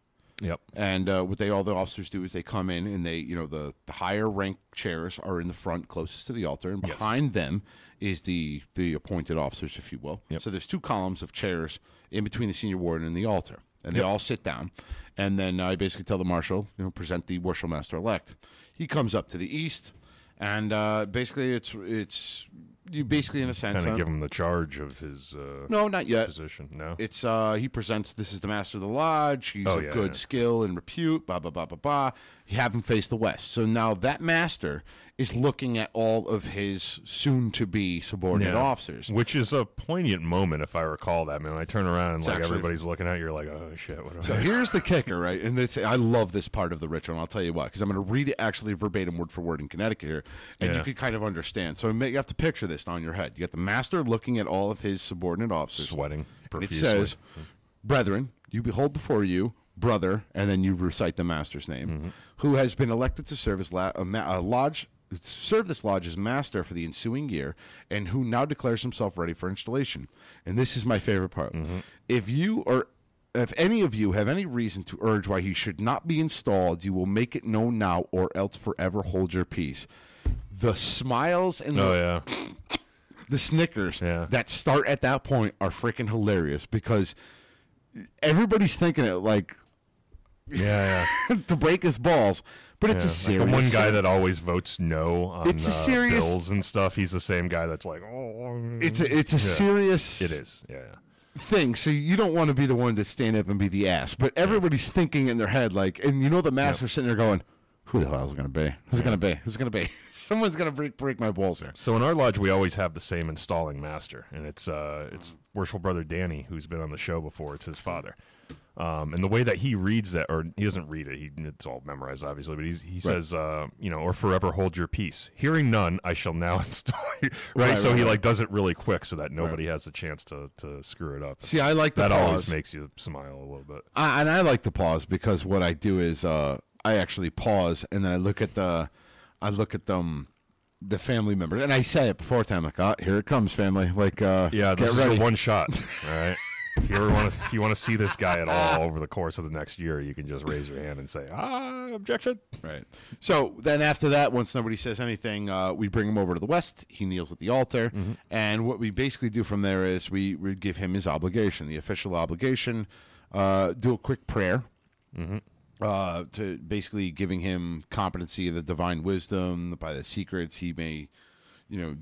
A: yep,
B: And uh, what they all the officers do is they come in and they, you know, the, the higher rank chairs are in the front closest to the altar, and behind them is the the appointed officers, if you will.
A: Yep.
B: So there's two columns of chairs in between the senior warden and the altar, and they all sit down. And then I basically tell the marshal, you know, present the worship master elect. He comes up to the east, and uh, basically it's it's you basically in a sense,
A: kind of
B: uh,
A: give him the charge of his uh,
B: no, not yet.
A: position. No,
B: It's uh he presents this is the master of the lodge, he's
A: Oh,
B: of
A: yeah,
B: good
A: yeah.
B: skill and repute, blah blah blah blah blah. You have him face the west. So now that master is looking at all of his soon to be subordinate
A: Yeah.
B: officers.
A: Which is a poignant moment, if I recall that, man. I turn around and like
B: actually-
A: everybody's looking at you, you're like, oh shit, what do
B: So
A: I?
B: here's the kicker, right? And this, I love this part of the ritual, and I'll tell you why, because I'm going to read it actually verbatim, word for word, in Connecticut here, and
A: Yeah.
B: you can kind of understand. So you have to picture this on your head. You got the master looking at all of his subordinate officers.
A: Sweating
B: And it
A: profusely.
B: says, Brethren, you behold before you, brother, and then you recite the master's name,
A: Mm-hmm.
B: who has been elected to serve as la- a ma- a lodge. Serve this lodge as master for the ensuing year, and who now declares himself ready for installation. And this is my favorite part.
A: Mm-hmm.
B: If you or if any of you have any reason to urge why he should not be installed, you will make it known now, or else forever hold your peace. The smiles
A: [laughs]
B: and the
A: oh yeah,
B: the Snickers
A: Yeah.
B: that start at that point are freaking hilarious because everybody's thinking it like [laughs]
A: [laughs] yeah,
B: to break his balls, but
A: yeah.
B: it's a
A: Like
B: serious.
A: the one guy that always votes no on
B: It's a
A: uh,
B: serious-
A: bills and stuff. He's the same guy that's like, oh,
B: it's a it's a serious
A: it is, yeah, yeah.
B: thing. So you don't want to be the one to stand up and be the ass, but everybody's thinking in their head like, and you know the master's sitting there going. Who the hell is it gonna be? Who's it gonna be? Who's it gonna be? [laughs] Someone's gonna break break my balls here.
A: So in our lodge, we always have the same installing master, and it's uh, it's worshipful brother Danny, who's been on the show before. It's his father, um, and the way that he reads that, or he doesn't read it, he, it's all memorized, obviously. But he's, he says, uh, you know, or forever hold your peace. Hearing none, I shall now [laughs] install you. Right,
B: Right,
A: so
B: right,
A: he
B: right.
A: like does it really quick so that nobody has a chance to to screw it up.
B: See, I like the
A: that always
B: pause.
A: makes you smile a little bit.
B: I, and I like to pause because what I do is uh, I actually pause and then I look at the, I look at them, the family member, and I said it before time, like, oh, here it comes, family. Like, uh,
A: Yeah, this
B: get
A: is
B: ready.
A: your one [laughs] shot. All right. If you ever want to, if you want to see this guy at [laughs] all over the course of the next year, you can just raise your hand and say, "Ah, objection."
B: Right. So then after that, once nobody says anything, uh, we bring him over to the West. He kneels at the altar.
A: Mm-hmm.
B: And what we basically do from there is we, we give him his obligation, the official obligation, uh, do a quick prayer
A: Mm-hmm.
B: uh, to basically giving him competency of the divine wisdom by the secrets he may, you know,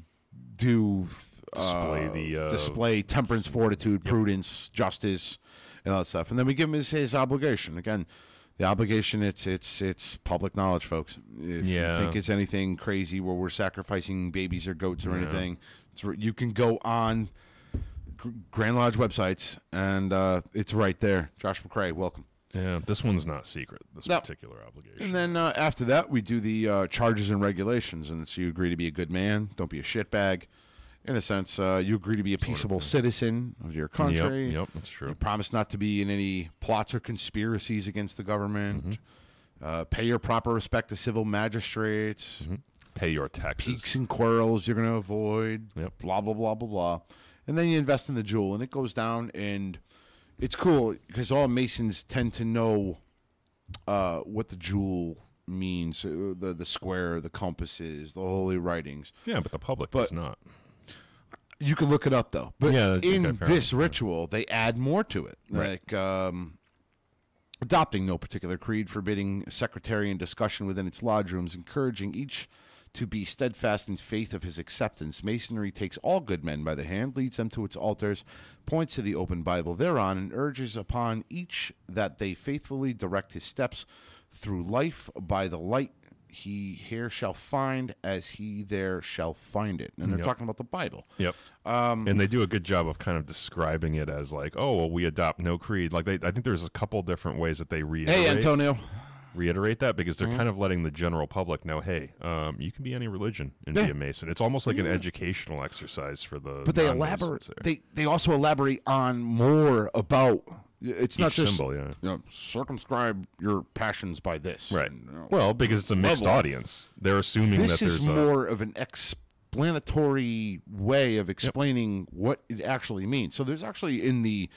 B: do. uh,
A: Display the, uh,
B: display temperance, fortitude, prudence, justice, and all that stuff. And then we give him his, his obligation. Again, the obligation it's it's it's public knowledge, folks. If
A: Yeah.
B: you think it's anything crazy where we're sacrificing babies or goats or anything, it's, r- you can go on Gr- Grand Lodge websites and uh, it's right there. Josh McCray, welcome.
A: Yeah, this one's not secret. This
B: No.
A: particular obligation.
B: And then uh, after that, we do the uh, charges and regulations, and it's you agree to be a good man, don't be a shitbag. In a sense, uh, you agree to be a peaceable citizen of your country.
A: Yep, yep, that's true.
B: You promise not to be in any plots or conspiracies against the government.
A: Mm-hmm.
B: Uh, pay your proper respect to civil magistrates.
A: Pay your taxes.
B: Peaks and quarrels you're going to avoid.
A: Yep.
B: Blah blah blah blah blah. And then you invest in the jewel, and it goes down, and it's cool because all Masons tend to know uh, what the jewel means, uh, the the square, the compasses, the holy writings.
A: Yeah, but the public
B: But-
A: does not.
B: You can look it up though. But
A: Yeah, okay,
B: in
A: fair enough,
B: this ritual, they add more to it, like um, adopting no particular creed, forbidding sectarian discussion within its lodge rooms, encouraging each to be steadfast in faith of his acceptance. Masonry takes all good men by the hand, leads them to its altars, points to the open Bible thereon, and urges upon each that they faithfully direct his steps through life by the light he here shall find as he there shall find it. And they're talking about the Bible.
A: Yep. Um, and they do a good job of kind of describing it as like, oh, well, we adopt no creed. Like they, I think there's a couple different ways that they reiterate
B: Hey, Antonio.
A: reiterate that because
B: Mm-hmm.
A: they're kind of letting the general public know, hey, um, you can be any religion and be a mason. It's almost like an educational exercise for the.
B: But they
A: non-Masons
B: elaborate.
A: there.
B: They they also elaborate on more about. It's not
A: Each
B: just
A: symbol, yeah.
B: you know, circumscribe your passions by this.
A: Right.
B: and, you know,
A: Well, because it's a mixed
B: level.
A: audience, they're assuming
B: this
A: that there's
B: is
A: a.
B: more of an explanatory way of explaining what it actually means. So there's actually in the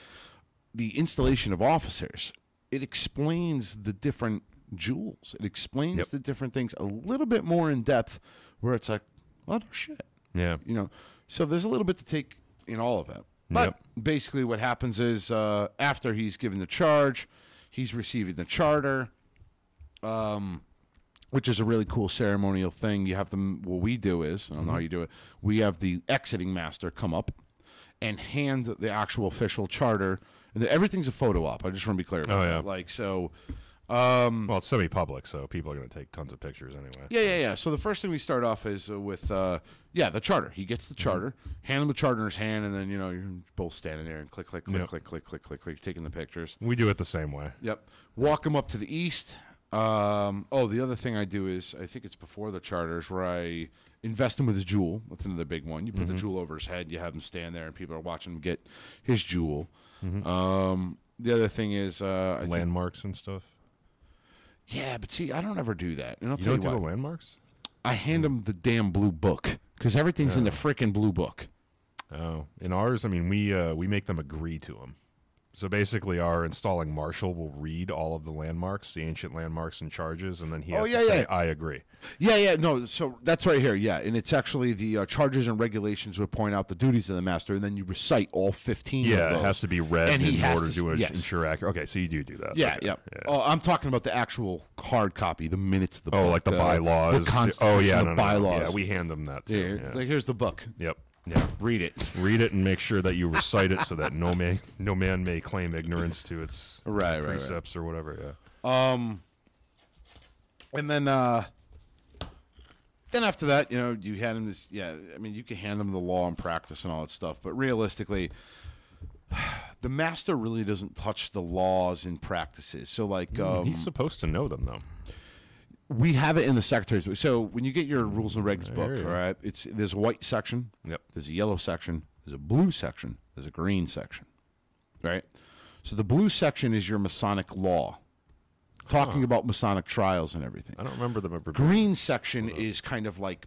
B: the installation of officers, it explains the different jewels. It explains
A: Yep.
B: the different things a little bit more in depth, where it's like, oh no shit.
A: yeah.
B: you know so there's a little bit to take in all of that but basically what happens is uh, after he's given the charge he's receiving the charter um, which is a really cool ceremonial thing you have them what we do is i don't know how
A: Mm-hmm.
B: you do it we have the exiting master come up and hand the actual official charter and the, everything's a photo op i just want to be clear about
A: Oh,
B: that.
A: yeah.
B: like so Mm.
A: Well, it's semi-public, so people are going to take tons of pictures anyway.
B: Yeah, yeah, yeah. So the first thing we start off is uh, with, uh, yeah, the charter. He gets the
A: Mm-hmm.
B: charter, hand him the charter in his hand, and then you know you're both standing there and click, click, click,
A: Yep.
B: click, click, click, click, click, taking the pictures.
A: We do it the same way.
B: Yep. Walk him up to the east. Um, oh, the other thing I do is I think it's before the charters where I invest him with his jewel. That's another big one. You put
A: Mm-hmm.
B: the jewel over his head, you have him stand there, and people are watching him get his jewel.
A: Mm-hmm.
B: Um, the other thing is, uh, I think,
A: Landmarks and stuff.
B: yeah, but see, I don't ever do that. And I'll
A: You
B: tell
A: don't
B: you
A: do
B: what.
A: the landmarks?
B: I hand him the damn blue book because everything's in the freaking blue book.
A: Oh, in ours, I mean, we uh, we make them agree to them. So basically, our installing marshal will read all of the landmarks, the ancient landmarks and charges, and then he
B: Oh,
A: has
B: yeah,
A: to say,
B: yeah.
A: "I agree."
B: Yeah, yeah, no. So that's right here. Yeah, and it's actually the uh, charges and regulations would point out the duties of the master, and then you recite all fifteen. of
A: Yeah, it
B: those.
A: has to be read
B: And
A: in
B: he has
A: order to,
B: to- yes.
A: ensure accurate. Okay, so you do do that.
B: Yeah,
A: Okay.
B: yeah. Oh, I'm talking about the actual hard copy, the minutes of uh, the
A: Oh,
B: book,
A: like the bylaws.
B: the constitution,
A: oh, yeah, no,
B: the
A: no, no.
B: bylaws.
A: Yeah, we hand them that too.
B: Here,
A: yeah.
B: Like here's the book.
A: Yep. Yeah.
B: Read it.
A: Read it and make sure that you recite it so that no man no man may claim ignorance to its
B: Right, right, right.
A: precepts or whatever. Yeah.
B: And then uh then after that, you know, you hand him this yeah, I mean you can hand him the law and practice and all that stuff, but realistically [sighs] the master really doesn't touch the laws and practices. So like um,
A: He's supposed to know them though.
B: we have it in the secretary's book. So when you get your rules and regs book,
A: you
B: all
A: go.
B: right, it's there's a white section,
A: Yep.
B: there's a yellow section, there's a blue section, there's a green section. Right? So the blue section is your Masonic law. Talking about Masonic trials and everything.
A: I don't remember them ever. being-
B: green section is kind of like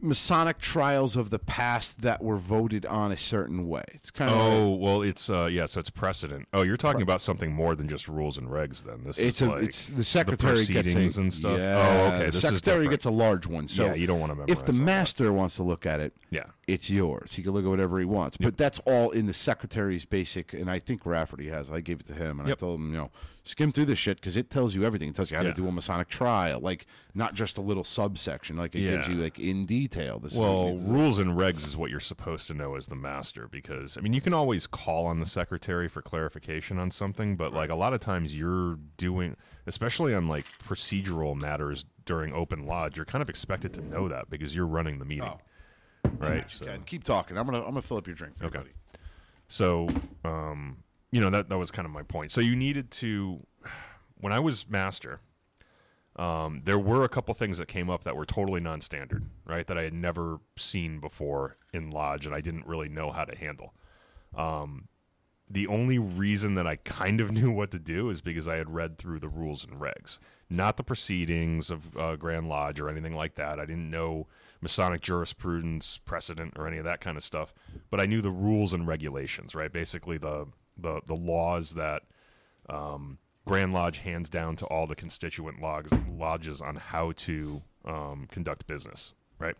B: Masonic trials of the past that were voted on a certain way. It's kind of
A: Oh well, it's uh, yeah. So it's precedent. Oh, you're talking about something more than just rules and regs. Then this
B: it's
A: is
B: a,
A: like
B: it's the secretary gets
A: proceedings
B: a,
A: and stuff?
B: Yeah,
A: Oh, okay,
B: The
A: this is
B: secretary
A: different.
B: gets a large one. So
A: Yeah, you don't wanna
B: If
A: memorize
B: the
A: all that.
B: master wants to look at it,
A: yeah.
B: it's yours. He can look at whatever he wants. But that's all in the secretary's basic, and I think Rafferty has. I gave it to him, and
A: Yep.
B: I told him, you know, skim through this shit because it tells you everything. It tells you how
A: Yeah.
B: to do a Masonic trial, like not just a little subsection. Like it gives
A: Yeah.
B: you like in detail. This is
A: Well, rules and regs is what you're supposed to know as the master because I mean you can always call on the secretary for clarification on something, but like a lot of times you're doing especially on like procedural matters during open lodge, you're kind of expected to know that because you're running the meeting. Right. So,
B: God, keep talking. I'm gonna I'm gonna fill up your drink. For
A: Okay.
B: everybody.
A: so um you know that that was kind of my point. So you needed to when I was master, um, there were a couple things that came up that were totally non-standard, right? That I had never seen before in lodge, and I didn't really know how to handle. Um, the only reason that I kind of [laughs] knew what to do is because I had read through the rules and regs, not the proceedings of uh, Grand Lodge or anything like that. I didn't know Masonic jurisprudence, precedent, or any of that kind of stuff, but I knew the rules and regulations, right? Basically, the the the laws that Grand Lodge hands down to all the constituent logs, lodges on how to um, conduct business, right?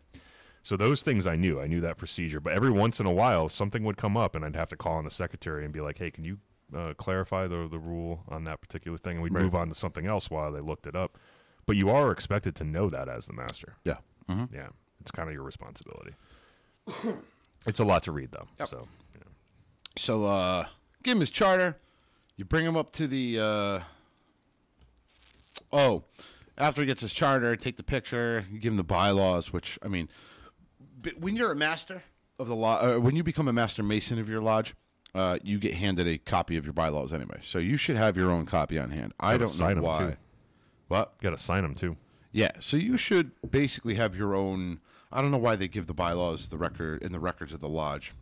A: So those things I knew. I knew that procedure. But every once in a while, something would come up, and I'd have to call on the secretary and be like, hey, can you uh, clarify the, the rule on that particular thing? And we'd move on to something else while they looked it up. But you are expected to know that as the master.
B: Yeah. Mhm.
A: Yeah. It's kind of your responsibility. [coughs] it's a lot to read, though. So, yeah.
B: So uh, give him his charter. You bring him up to the. Uh, oh, after he gets his charter, take the picture. You give him the bylaws, which I mean, b- when you're a master of the lodge, uh, when you become a master mason of your lodge. Uh, you get handed a copy of your bylaws anyway, so you should have your own copy on hand. I don't
A: sign
B: know
A: 'em,
B: why.
A: too.
B: What?
A: got to sign them, too.
B: Yeah, so you should basically have your own. I don't know why they give the bylaws the record in the records of the lodge.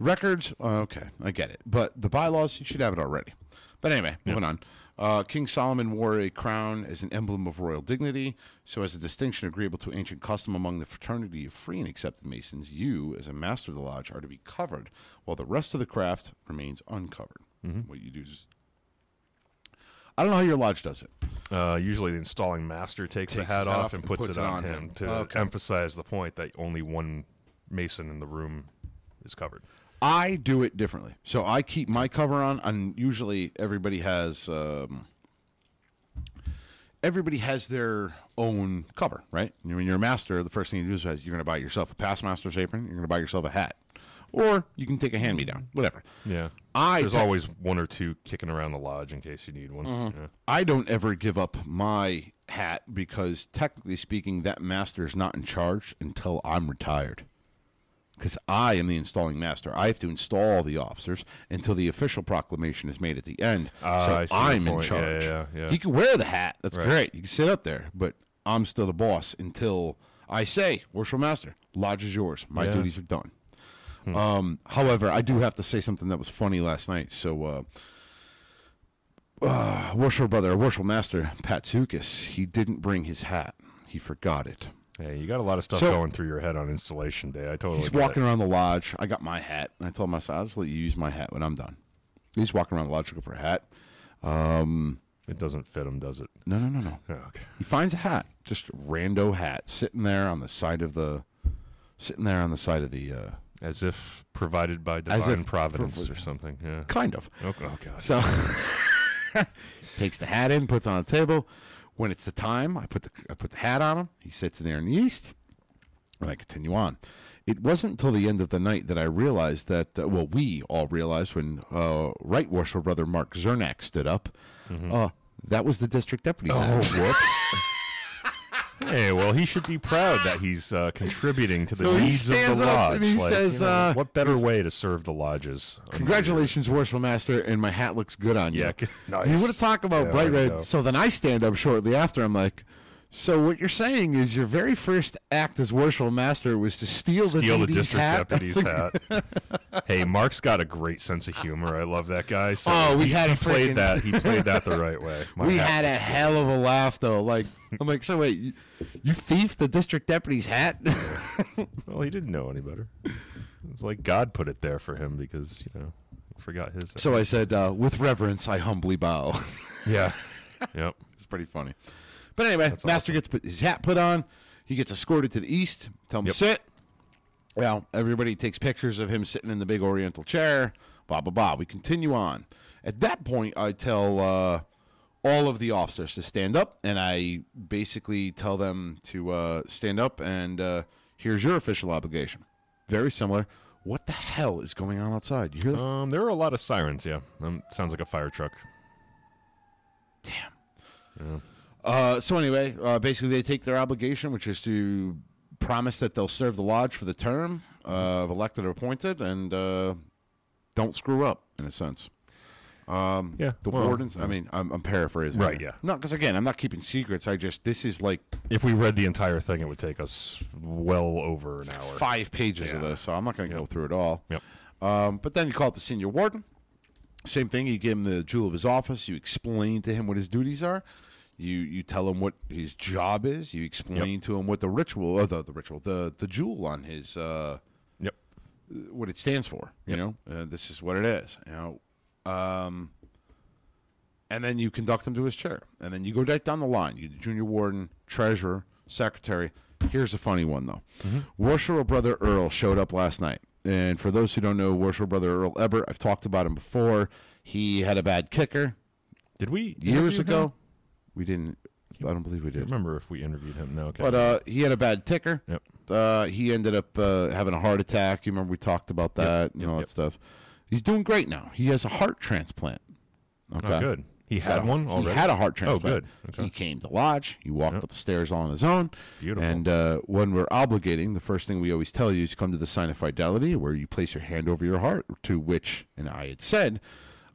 B: Records, uh, okay, I get it, but the bylaws you should have it already. But anyway, moving on. Uh, King Solomon wore a crown as an emblem of royal dignity, so as a distinction agreeable to ancient custom among the fraternity of free and accepted masons. You, as a master of the lodge, are to be covered, while the rest of the craft remains uncovered. What you do is, I don't know how your lodge does it.
A: Uh, usually, the installing master takes, the
B: Takes
A: hat
B: his
A: off and puts, it, on him, to
B: Okay.
A: emphasize the point that only one mason in the room is covered.
B: I do it differently. So I keep my cover on, and usually everybody has um, everybody has their own cover, right? You know, When you're a master, the first thing you do is you're going to buy yourself a past master's apron. You're going to buy yourself a hat, or you can take a hand me down, whatever.
A: Yeah,
B: I
A: there's
B: te-
A: always one or two kicking around the lodge in case you need one. Yeah.
B: I don't ever give up my hat because technically speaking, that master is not in charge until I'm retired. Because I am the installing master. I have to install the officers until the official proclamation is made at the end.
A: Ah, I see
B: so
A: your
B: I'm in
A: point. Yeah,
B: charge.
A: yeah, yeah.
B: He can wear the hat. That's
A: Right.
B: great. You can sit up there, but I'm still the boss until I say, Worshipful Master, lodge is yours. My
A: Yeah. Hmm.
B: duties are done. Um, however, I do have to say something that was funny last night. So, uh, uh, worshipful brother, worshipful master, Pat Tsoukas, he didn't bring his hat. He forgot it.
A: Hey, you got a lot of stuff
B: So-
A: going through your head on installation day. I totally.
B: He's
A: get it.
B: walking around the lodge. I got my hat, and I told him, I said, I'll just let you use my hat when I'm done. He's walking around the lodge looking for a hat.
A: It doesn't fit him, does it?
B: No, no, no, no.
A: Oh, okay.
B: He finds a hat, just a rando hat, sitting there on the side of the, sitting there on the side of the, uh,
A: As if provided by divine
B: As if
A: providence
B: provi-
A: or something. Yeah.
B: kind of.
A: Oh, oh gosh.
B: [laughs] So takes the hat in, puts it on a table. When it's the time, I put the I put the hat on him. He sits in there in the east, and I continue on. It wasn't until the end of the night that I realized that. Uh, well, we all realized when uh, Right Worshipful Brother Mark Zernak stood up. Uh, that was the district deputy's
A: Mm-hmm. Oh,
B: hat.
A: whoops. Hey, well, he should be proud that he's uh, contributing to the
B: So he
A: needs of the
B: stands up
A: lodge.
B: and he
A: Like,
B: says,
A: you know,
B: uh,
A: "What better way to serve the lodges?"
B: Congratulations, Worshipful Master, and my hat looks good on you.
A: Yeah, good-
B: You
A: nice.
B: would have talked about
A: Yeah,
B: bright
A: there you
B: red.
A: go.
B: So then I stand up shortly after. I'm like, So what you're saying is your very first act as worshipful master was to steal the,
A: Steal the
B: DD's
A: district
B: hat?
A: deputy's hat.
B: [laughs]
A: hey, Mark's got a great sense of humor. I love that guy. So
B: Oh, we
A: he,
B: had
A: he
B: a
A: played
B: frickin-
A: that. He played that the right
B: [laughs]
A: way. My
B: [laughs] we
A: hat
B: had a
A: was-
B: hell of a laugh though. Like I'm like, so wait, you, you thief the district
A: [laughs]
B: deputy's hat?
A: Well, he didn't know any better. It's like God put it there for him because you know he forgot his.
B: so I said, uh, with reverence, I humbly bow. [laughs]
A: yeah, yep.
B: it's pretty funny. But anyway,
A: That's
B: master
A: awesome.
B: gets put, his hat put on. He gets escorted to the east. Tell him
A: Yep.
B: sit. Well, everybody takes pictures of him sitting in the big Oriental chair. Blah blah blah. We continue on. At that point, I tell uh, all of the officers to stand up, and I basically tell them to uh, stand up. And uh, here's your official obligation. Very similar. What the hell is going on outside? You hear the
A: Um, there were a lot of sirens. Yeah, um, sounds like a fire truck.
B: Damn. Uh, so anyway, uh, basically they take their obligation, which is to promise that they'll serve the lodge for the term uh, of elected or appointed, and uh, don't screw up in a sense. Um,
A: Yeah,
B: The
A: well,
B: wardens. I mean, I'm, I'm paraphrasing.
A: Right,
B: here.
A: yeah.
B: No, because again, I'm not keeping secrets. I just this is like
A: If we read the entire thing, it would take us well over an hour.
B: five pages of
A: Yeah.
B: this, so I'm not going to go
A: Yep.
B: through it all.
A: Yep.
B: Um, but then you call it the senior warden. Same thing. You give him the jewel of his office. You explain to him what his duties are. You you tell him what his job is. You explain to him what the ritual, or the, the ritual, the the jewel on his uh,
A: Yep.
B: what it stands for. You know, uh, this is what it is. You know, um, and then you conduct him to his chair, and then you go right down the line. You the junior warden, treasurer, secretary. Here's a funny one though. Worshipful brother Earl showed up last night, and for those who don't know, worshipful brother Earl Ebert, I've talked about him before. He had a bad kicker
A: Did we
B: years
A: interview
B: ago.
A: him?
B: We didn't. I don't believe we
A: I
B: did.
A: remember if we interviewed him? No. Okay.
B: But uh, he had a bad ticker.
A: Yep.
B: Uh, he ended up uh, having a heart attack. You remember we talked about that, you know, that
A: yep.
B: stuff. He's doing great now. He has a heart transplant. Okay.
A: oh, good. He
B: So
A: had one already. Oh,
B: He had a heart
A: good.
B: transplant.
A: Okay.
B: He came to lodge. He walked
A: Yep.
B: up the stairs all on his own.
A: Beautiful.
B: And uh, when we're obligating, the first thing we always tell you is come to the sign of fidelity, where you place your hand over your heart, to which, and I had said,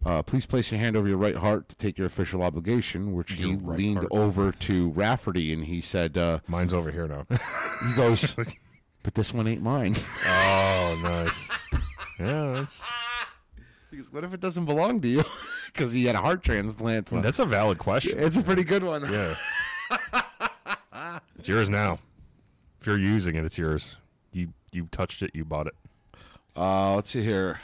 B: uh, please place your hand over your right heart to take your official obligation, which he
A: Your right
B: leaned
A: heart.
B: over to Rafferty and he said, uh,
A: Mine's over here now. [laughs]
B: he [laughs] goes, but this one ain't mine.
A: oh, nice. Yeah, that's
B: Because what if it doesn't belong to you? [laughs] Because he had a heart transplant. so-
A: that's a valid question.
B: [laughs] it's a pretty good one.
A: Yeah. it's yours now. If you're using it, it's yours. You you touched it. You bought it.
B: Uh, let's see here.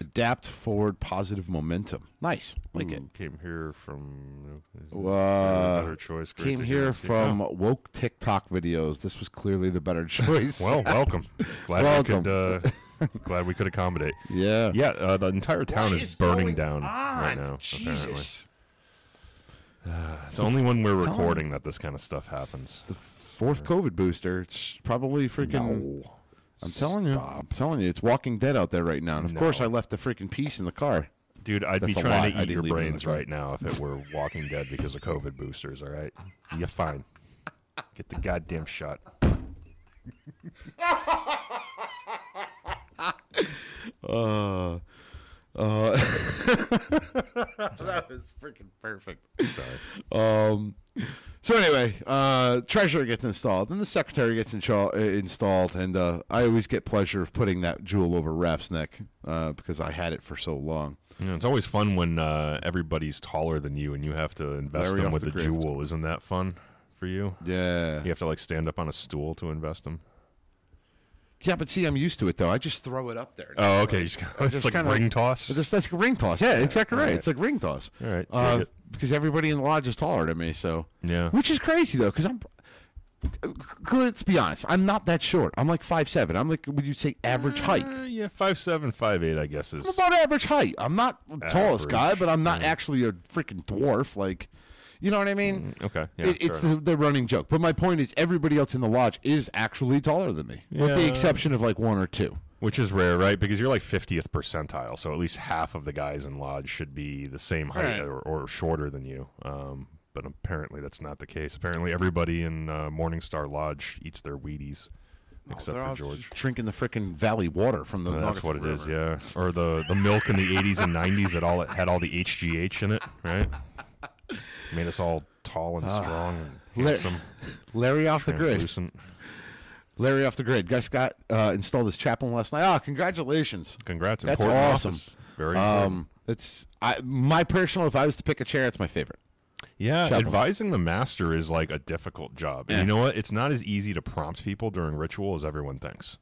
B: Adapt forward positive momentum. Nice. Like it.
A: Ooh, Came here from.
B: Uh,
A: better choice. Great
B: Came
A: to hear
B: here
A: us. Yeah.
B: from woke TikTok videos. This was clearly the better [laughs] choice.
A: Well, welcome.
B: [laughs]
A: Glad we
B: Welcome.
A: could.
B: [laughs]
A: Uh, glad we could accommodate.
B: yeah.
A: Yeah, uh, the entire town is burning down right now. Apparently. [sighs] It's only when we're
B: telling
A: recording that this kind of stuff happens.
B: The fourth COVID booster. It's probably freaking. I'm telling you. I'm telling you. It's Walking Dead out there right now. And of course, I
A: No.
B: left the freaking piece in the car.
A: Dude, I'd be
B: That's a
A: trying
B: lie. I
A: to eat your
B: didn't leave it in
A: brains
B: the car.
A: right now if it were Walking Dead because of COVID boosters, all right? You're fine. Get the goddamn shot.
B: Uh, uh, that was freaking perfect. Sorry. Um, so anyway, uh, treasurer gets installed, and the secretary gets incha- uh, installed, and uh, I always get pleasure of putting that jewel over Raph's neck uh, because I had it for so long.
A: You know, it's always fun when uh, everybody's taller than you and you have to invest
B: Larry
A: them
B: off
A: with
B: the
A: a
B: grid.
A: jewel. Isn't that fun for you?
B: Yeah.
A: You have to like stand up on a stool to invest them.
B: Yeah, but see, I'm used to it though. I just throw it up there.
A: Oh, okay. [laughs] You just kinda- it's
B: just
A: like
B: kinda-
A: ring toss.
B: It's just that's like a ring toss. Yeah, exactly right.
A: alright.
B: It's like ring toss.
A: Alright,
B: Uh,
A: dig it.
B: because everybody in the lodge is taller than me, so
A: Yeah.
B: which is crazy though, because I'm. c- c- Let's be honest. I'm not that short. I'm like five seven. I'm like would you say average height?
A: Uh, yeah, five seven, five eight. I guess is
B: I'm about average height. I'm not the tallest guy,
A: Average,
B: but I'm not actually a freaking dwarf. Like, you know what I mean?
A: Mm, okay. Yeah,
B: It- it's
A: fair
B: the, the running joke. But my point is, everybody else in the lodge is actually taller than me, with the
A: Yeah.
B: exception of like one or two.
A: Which is rare, right? Because you're like 50th percentile, so at least half of the guys in lodge should be the same height
B: Right.
A: or, or shorter than you. Um, but apparently that's not the case. Apparently everybody in uh, Morningstar Lodge eats their Wheaties, except for George.
B: drinking the freaking valley water from the.
A: Uh, that's
B: Nuggets
A: what it
B: River.
A: is, yeah. Or the, the milk in the 80s and 90s that all had all the HGH in it, right? Made us all tall
B: Ah.
A: and strong and
B: Larry-
A: handsome,
B: Larry off the grid.
A: translucent.
B: Larry off the grid. Guy Scott uh, installed his chapel last night. Ah, congratulations.
A: Congrats,
B: That's
A: important
B: awesome.
A: office. Very important.
B: Um, it's I, my personal. If I was to pick a chair, it's my favorite.
A: Yeah,
B: Chapel.
A: advising the master is like a difficult job. And
B: Yeah.
A: you know what? It's not as easy to prompt people during ritual as everyone thinks.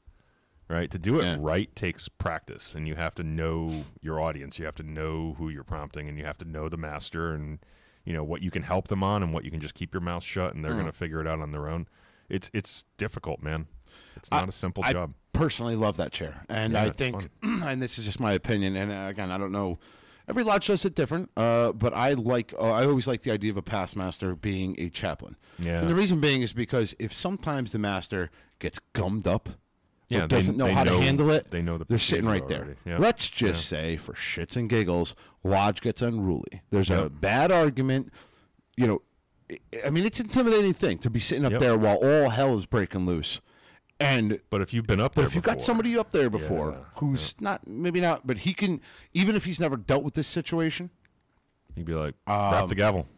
A: Right? To do it
B: Yeah.
A: right takes practice and you have to know your audience. You have to know who you're prompting and you have to know the master and you know what you can help them on and what you can just keep your mouth shut
B: Mm.
A: and they're going to figure it out on their own. It's it's difficult, man. It's not a simple
B: I
A: job.
B: personally love that chair, and
A: Yeah,
B: I
A: it's
B: think, [clears throat] and this is just my opinion. And uh, again, I don't know. Every lodge does it different, uh, but I like. Uh, I always like the idea of a past master being a chaplain.
A: Yeah.
B: And the reason being is because if sometimes the master gets gummed up,
A: Yeah,
B: or
A: they-
B: doesn't know
A: they
B: how
A: know-
B: to handle it,
A: they know the
B: they're sitting
A: procedure
B: right there.
A: already. Yeah.
B: Let's just say, for shits and giggles, lodge gets unruly. There's a bad argument. You know, I- I mean, it's an intimidating thing to be sitting up
A: Yep.
B: there while all hell is breaking loose, and
A: But if you've been up
B: but
A: there
B: if you've
A: before,
B: got somebody up there before
A: Yeah,
B: who's not, maybe not, but he can, even if he's never dealt with this situation,
A: you'd be like, "Grab
B: Um,
A: the gavel."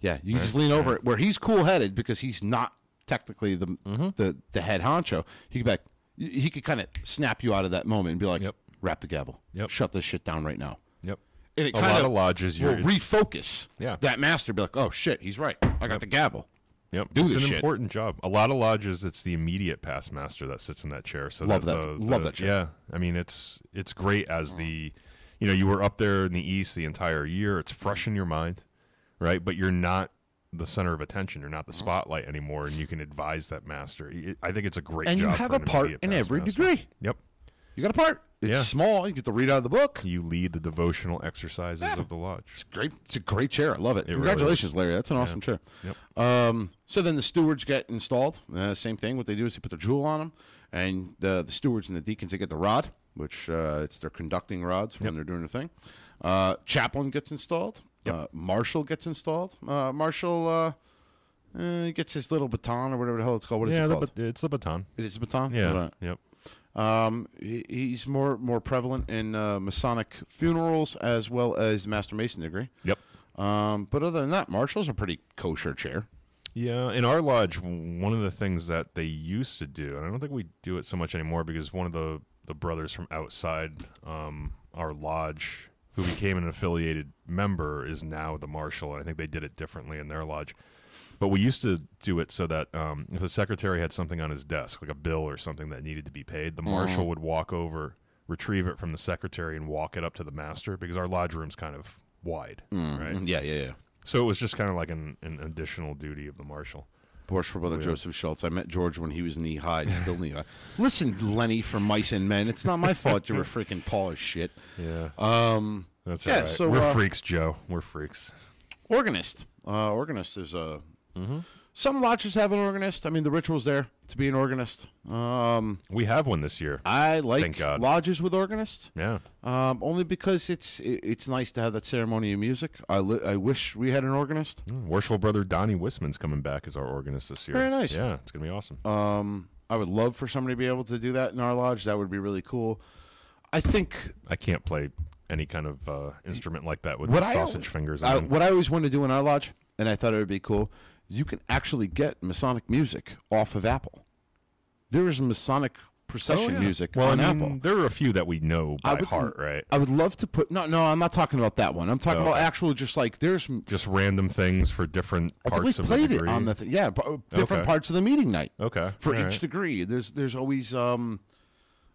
B: yeah, you can just lean over it where he's cool headed because he's not technically the,
A: Mm-hmm.
B: the the head honcho. He could back, he could kind of snap you out of that moment and be like,
A: Yep.
B: "Wrap the gavel,
A: Yep.
B: shut this shit down right now."
A: Yep.
B: And it
A: a
B: kind
A: lot
B: of
A: of lodges
B: will
A: you're
B: refocus.
A: Yeah.
B: that master be like, "Oh shit, he's right. I got the gavel."
A: Yep,
B: do
A: it's
B: this
A: an
B: shit.
A: important job. A lot of lodges, it's the immediate past master that sits in that chair. So
B: Love
A: the-
B: that-
A: the-
B: love
A: the-
B: that chair.
A: Yeah, I mean it's it's great as the, you know, you were up there in the east the entire year. It's fresh in your mind, right? But you're not the center of attention. You're
B: Mm-hmm.
A: not the spotlight anymore, and you can advise that master. I- I think it's a great
B: And you
A: job
B: have
A: for
B: a
A: an
B: part
A: immediate
B: in
A: past
B: every
A: master.
B: degree.
A: Yep,
B: You got a part. It's
A: Yeah.
B: small. You get to read out of the book.
A: you lead the devotional exercises of the lodge.
B: It's great. It's a great chair. I love it.
A: really
B: Congratulations, Larry. That's an awesome chair.
A: Yep.
B: Um, so then the stewards get installed. Uh, same thing. What they do is they put the jewel on them, and the, the stewards and the deacons they get the rod, which uh, it's their conducting rods when they're doing their thing. Uh, chaplain gets installed. Uh, Marshall gets installed. Uh, Marshall uh, uh, gets his little baton or whatever the hell it's called. What is
A: yeah,
B: it
A: the
B: called?
A: bat- it's the baton.
B: it is a baton.
A: Yeah,
B: Right.
A: yep.
B: Um, he- he's more more prevalent in uh, Masonic funerals as well as Master Mason degree.
A: Yep.
B: Um, but other than that, Marshall's a pretty kosher chair.
A: Yeah, in our lodge, w- one of the things that they used to do, and I don't think we do it so much anymore because one of the, the brothers from outside um, our lodge who became an affiliated member is now the marshal, and I think they did it differently in their lodge. But we used to do it so that um, if the secretary had something on his desk, like a bill or something that needed to be paid, the marshal would walk over, retrieve it from the secretary, and walk it up to the master because our lodge room's kind of wide, right?
B: Mm-hmm. Yeah, yeah, yeah.
A: So it was just kind of like an, an additional duty of the marshal.
B: Porsche for
A: Oh,
B: brother Joseph Schultz. I met George when he was knee high, and
A: [laughs]
B: still knee high. Listen, Lenny from Mice and Men, it's not my
A: [laughs]
B: fault you were freaking tall as shit.
A: Yeah.
B: Um,
A: That's
B: Yeah,
A: all right.
B: so,
A: We're
B: uh,
A: freaks, Joe. We're freaks.
B: organist. Uh, organist is a.
A: Mm-hmm.
B: Some lodges have an organist. I mean, the ritual's there to be an organist. Um,
A: We have one this year.
B: I like
A: Thank God.
B: lodges with organists.
A: Yeah.
B: Um, only because it's it, it's nice to have that ceremony of music. I li- I wish we had an organist.
A: Mm, Worshipful brother Donnie Wisman's coming back as our organist this year.
B: Very nice.
A: Yeah, it's gonna be awesome.
B: Um, I would love for somebody to be able to do that in our lodge. That would be really cool. I think
A: I can't play any kind of uh, instrument like that with
B: what I
A: sausage fingers.
B: I,
A: I mean,
B: what I always wanted to do in our lodge, and I thought it would be cool. You can actually get Masonic music off of Apple. There is Masonic procession
A: Oh, yeah.
B: music
A: well,
B: on
A: I mean,
B: Apple.
A: There are a few that we know
B: I
A: by
B: would-
A: heart, right?
B: I would love to put no, no. I'm not talking about that one. I'm talking
A: Oh,
B: about
A: okay.
B: actual, just like there's
A: Just random things for different
B: I think
A: parts
B: we
A: of
B: played
A: the
B: it
A: degree.
B: on the th- yeah p- uh, different
A: Okay.
B: parts of the meeting night.
A: okay.
B: for
A: all
B: each
A: right.
B: degree. There's there's always um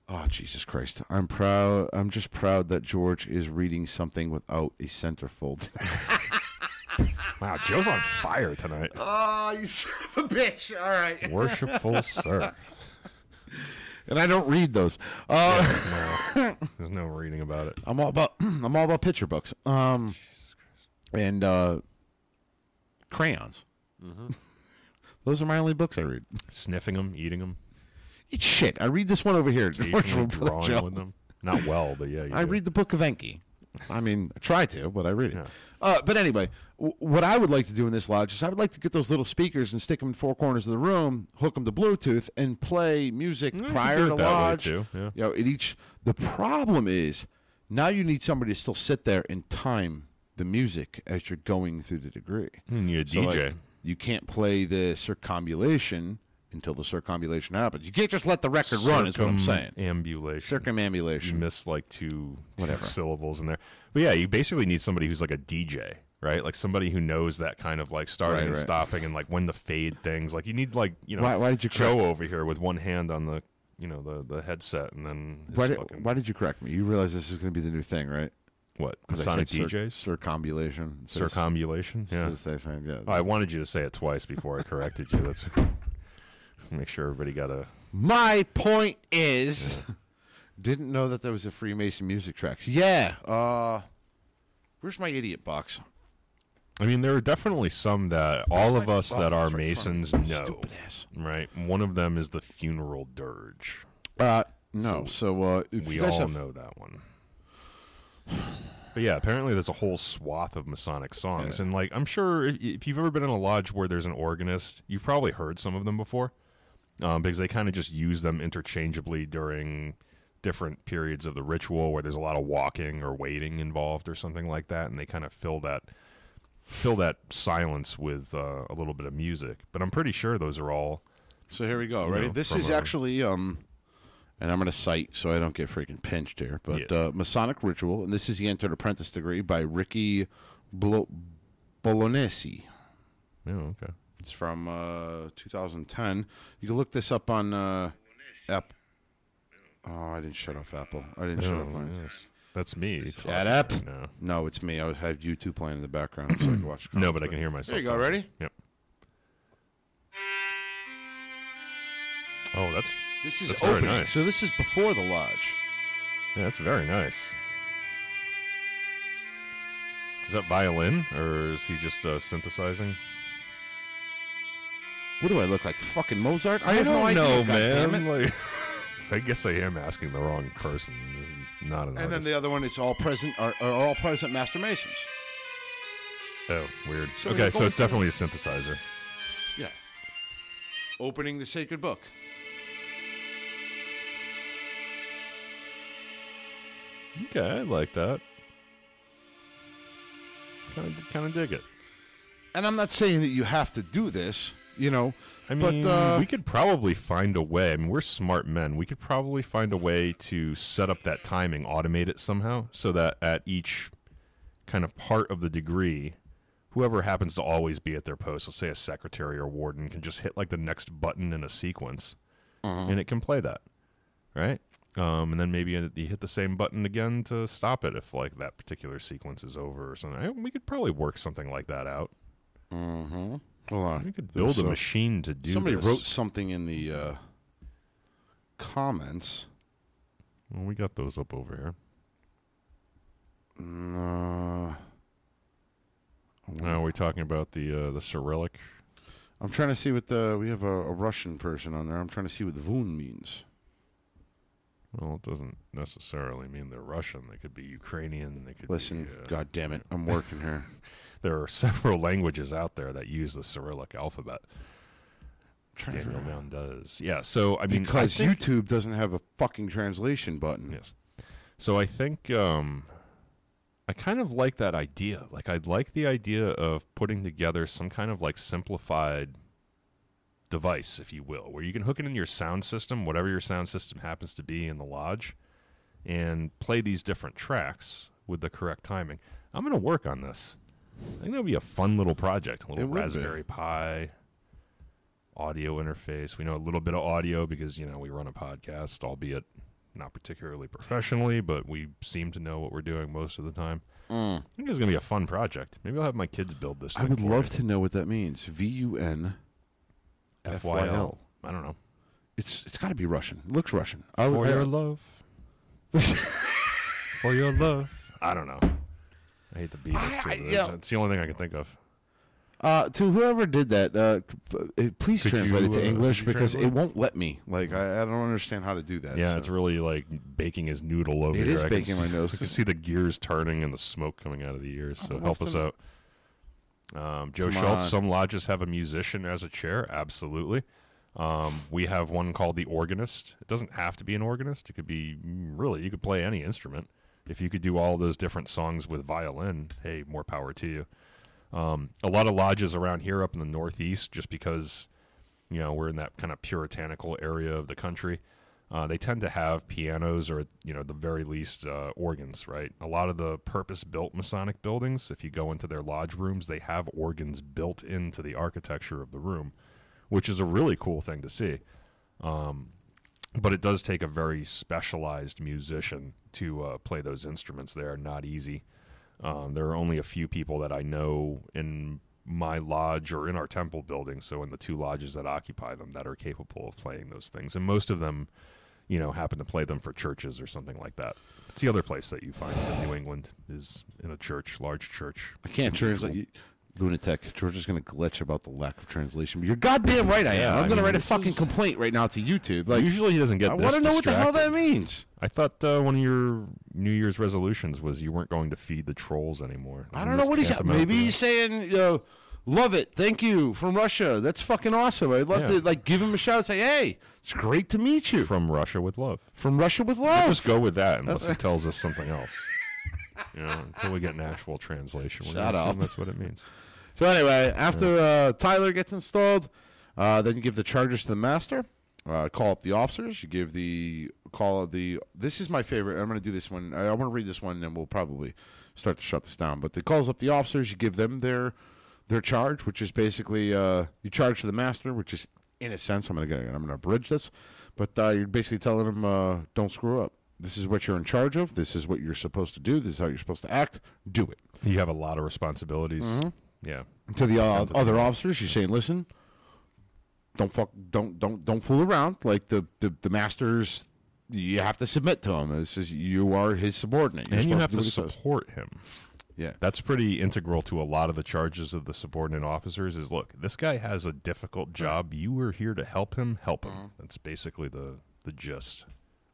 B: oh Jesus Christ. I'm proud I'm just proud that George is reading something without a centerfold. [laughs]
A: Wow, Joe's on fire
B: [laughs]
A: tonight.
B: oh, you son of a bitch. All right.
A: Worshipful
B: [laughs]
A: sir.
B: And I don't read those. Uh,
A: No, there's no reading about it.
B: I'm all about [clears throat] I'm all about picture books. Um and uh crayons.
A: Mm-hmm.
B: [laughs] those are my only books I read.
A: Sniffing them, eating them,
B: Shit, I read this one over here. George will put it
A: drawing
B: up.
A: with them. Not well, but yeah. You
B: I
A: do.
B: read the Book of Enki. I mean, I try to, but I read it.
A: Yeah.
B: Uh, but anyway, w- what I would like to do in this lodge is I would like to get those little speakers and stick them in four corners of the room, hook them to Bluetooth, and play music
A: Mm, you could
B: prior
A: do
B: to
A: it that way,
B: lodge.
A: too, yeah.
B: You know, at each. The problem is now you need somebody to still sit there and time the music as you're going through the degree.
A: You need a
B: So, like,
A: DJ.
B: you can't play the circumambulation until the circumambulation happens. You can't just let the record run. Is what I'm saying.
A: Ambulation. You
B: Circumambulation.
A: miss like two, two
B: Whatever.
A: syllables in there. But yeah, you basically need somebody who's like a DJ, right? Like somebody who knows that kind of like starting
B: Right,
A: and
B: right.
A: stopping and like when to fade things. Like you need like you know
B: Why- why did you
A: Joe over here with one hand on the you know the the headset and then his
B: Why did,
A: fucking,
B: why did you correct me? You realize this is going to be the new thing, right?
A: what
B: 'Cause I
A: sonic
B: said cir-
A: DJs
B: Circumambulation. So it's-
A: circumambulation?
B: so
A: Yeah, Oh,
B: it's that same- yeah.
A: I wanted you to say it twice before I corrected you.
B: [laughs]
A: That's make sure everybody got a
B: My point is, [laughs] didn't know that there was a Freemason music tracks. Yeah. Uh, where's my idiot box?
A: I mean, there are definitely some that all of us that are
B: It's right in front of
A: Masons
B: me.
A: know.
B: Stupid ass.
A: Right? One of them is the funeral dirge.
B: Uh, no. So uh, if
A: We
B: you guys
A: all
B: have,
A: know that one. [sighs] But yeah, apparently there's a whole swath of Masonic songs. And like, I'm sure if, if you've ever been in a lodge where there's an organist, you've probably heard some of them before um, because they kind of just use them interchangeably during different periods of the ritual where there's a lot of walking or waiting involved or something like that. And they kind of fill that. Fill that silence with uh, a little bit of music, but I'm pretty sure those are all
B: So here we go.
A: you
B: Ready?
A: know,
B: this
A: from
B: is
A: a-
B: actually um, and I'm gonna cite so I don't get freaking pinched here. But
A: Yes.
B: uh, Masonic ritual, and this is the entered apprentice degree by Ricky Bolo- Bolognesi.
A: yeah okay.
B: It's from uh, 2010. You can look this up on uh, app. Oh, I didn't shut off Apple. I didn't shut
A: Oh,
B: off mine.
A: yes. That's me.
B: Shut up.
A: No.
B: No, it's me. I have YouTube playing in the background so I can watch.
A: No, but I can hear myself.
B: There you go.
A: talking.
B: Ready?
A: Yep. Oh, that's
B: This is
A: That's very
B: opening.
A: nice.
B: So this is before the lodge.
A: yeah, that's very nice. Is that violin or is he just uh, synthesizing?
B: What do I look like? Fucking Mozart? I, have no idea. God damn [laughs] it.
A: Like, I guess I am asking the wrong person. This is not an
B: And then
A: artist.
B: the other one is all present are, are all present master masons.
A: oh, weird.
B: So
A: okay,
B: you're
A: so
B: going
A: it's
B: to-
A: definitely a synthesizer.
B: Yeah. Opening the sacred book.
A: Okay, I like that. Kind of, kind of dig it.
B: And I'm not saying that you have to do this, you know.
A: I mean,
B: but uh,
A: we could probably find a way. I mean, we're smart men. We could probably find a way to set up that timing, automate it somehow, so that at each kind of part of the degree, whoever happens to always be at their post, let's say a secretary or warden, can just hit like the next button in a sequence, and it can play that, right? Um, and then maybe you you hit the same button again to stop it if like that particular sequence is over or something. I, we could probably work something like that out.
B: hold on.
A: We could build
B: There's
A: a
B: a-
A: machine to do.
B: Somebody
A: this.
B: wrote something in the uh, comments.
A: Well, we got those up over here.
B: Mm, Uh,
A: No, we're talking about the uh, the Cyrillic.
B: I'm trying to see what the we have a, a Russian person on there. I'm trying to see what the voon means.
A: Well, it doesn't necessarily mean they're Russian. They could be Ukrainian. They could
B: Listen,
A: Be, uh,
B: god damn it, I'm working here.
A: [laughs] There are several languages out there that use the Cyrillic alphabet.
B: I'm trying to
A: Daniel
B: figure-
A: Down does. Yeah. So I mean, I
B: because
A: think-
B: YouTube doesn't have a fucking translation button.
A: Yes. So I think um, I kind of like that idea. Like I like the idea of putting together some kind of like simplified device, if you will, where you can hook it into your sound system, whatever your sound system happens to be in the lodge, and play these different tracks with the correct timing. I'm gonna work on this. I think that would be a fun little project. A
B: It
A: little
B: would be.
A: Raspberry Pi audio interface. We know a little bit of audio because you know we run a podcast, albeit not particularly professionally, but we seem to know what we're doing most of the time. I think it's gonna be a fun project. Maybe I'll have my kids build this.
B: Mm. I would love to know what that means. V U N.
A: to
B: FYL.
A: FYL. I don't know.
B: It's it's got to be Russian. It looks Russian. I
A: For
B: would, I-
A: your love. [laughs] For your love. I don't know. I hate the Beatles too.
B: I-
A: but
B: yeah.
A: It's the only thing I can think of.
B: uh, to whoever did that, uh, p- uh, please
A: Could
B: translate
A: you,
B: it to
A: uh,
B: English
A: could you
B: because
A: translate
B: it won't let me. Like I, I don't understand how to do that.
A: Yeah,
B: so.
A: it's really like baking his noodle over
B: It
A: here.
B: is
A: I can
B: baking my
A: see- [laughs]
B: nose.
A: I can see the gears turning and the smoke coming out of the ears. So
B: Oh,
A: help us
B: what's
A: out. Um, Joe
B: Come
A: Schultz.
B: on.
A: Some lodges have a musician as a chair. Absolutely. Um, we have mm, one called the organist. It doesn't have to be an organist. It could be really. You could play any instrument. if you could do all those different songs with violin, hey, more power to you. Um, a lot of lodges around here up in the Northeast, just because you know we're in that kind of puritanical area of the country, uh, they tend to have pianos or you know at the very least uh, organs. Right, a lot of the purpose-built Masonic buildings, if you go into their lodge rooms, they have organs built into the architecture of the room, which is a really cool thing to see Um, but it does take a very specialized musician to uh, play those instruments. They are not easy. Um, there are only a few people that I know in my lodge or in our temple building, so in the two lodges that occupy them, that are capable of playing those things. And most of them, you know, happen to play them for churches or something like that. It's the other place that you find it in New England is in a church, large church.
B: I can't translate. You, lunatic. George is going to glitch about the lack of translation. But you're goddamn right I am.
A: Yeah,
B: I'm
A: I
B: going to
A: mean,
B: write a
A: this
B: fucking
A: is-
B: complaint right now to YouTube. Like,
A: Usually he doesn't get
B: I
A: this
B: want to know what the hell
A: distracted.
B: that means.
A: I thought uh, one of your New Year's resolutions was you weren't going to feed the trolls anymore.
B: I
A: Isn't
B: don't know
A: this
B: what he's.
A: tantamount
B: Maybe
A: to
B: he's saying, uh, "Love it, thank you from Russia. That's fucking awesome. I'd love
A: Yeah.
B: to like give him a shout. and Say, hey, it's great to meet you from,
A: from Russia with love.
B: Russia with
A: We'll
B: love.
A: just go with that unless
B: [laughs]
A: it tells us something else. You know, until we get an actual translation. We're
B: Shut
A: gonna assume
B: up.
A: That's what it means.
B: So anyway, after uh, Tyler gets installed, uh, then you give the chargers to the master. Uh, call up the officers. You give the call of the. This is my favorite. I'm going to do this one. I, I want to read this one, and then we'll probably start to shut this down. But the calls up the officers. You give them their their charge, which is basically uh, you charge to the master, which is in a sense. I'm going to I'm going to abridge this, but uh, you're basically telling them uh, don't screw up. This is what you're in charge of. This is what you're supposed to do. This is how you're supposed to act. Do it
A: You have a lot of responsibilities.
B: Mm-hmm.
A: Yeah.
B: to the uh, other officers. You're saying, listen, don't fuck, don't don't don't fool around. Like the the, the masters, you have to submit to him. This is you are his subordinate, You're
A: and you
B: supposed
A: have to
B: do what he says.
A: support him.
B: Yeah,
A: That's pretty integral to a lot of the charges of the subordinate officers is look, this guy has a difficult job. You were here to help him, help
B: Mm-hmm.
A: him. That's basically the the gist.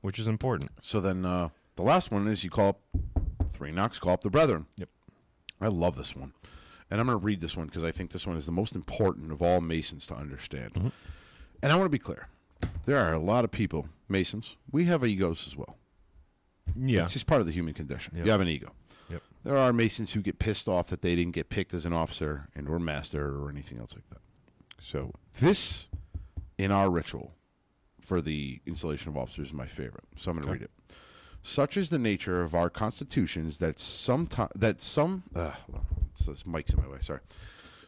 A: Which is important.
B: So then uh, the last one is you call up three knocks, call up the brethren.
A: Yep.
B: I love this one. And I'm going to read this one because I think this one is the most important of all Masons to understand.
A: Mm-hmm.
B: And I want to be clear there are a lot of people, Masons, we have egos as well.
A: Yeah.
B: It's just part of the human condition.
A: Yep.
B: You have an ego.
A: Yep.
B: There are Masons who get pissed off that they didn't get picked as an officer and or master or anything else like that. So this in our ritual for the installation of officers is my favorite. So I'm going to
A: Okay.
B: read it. Such is the nature of our constitutions that some that some uh, hold on. so this mic's in my way. Sorry.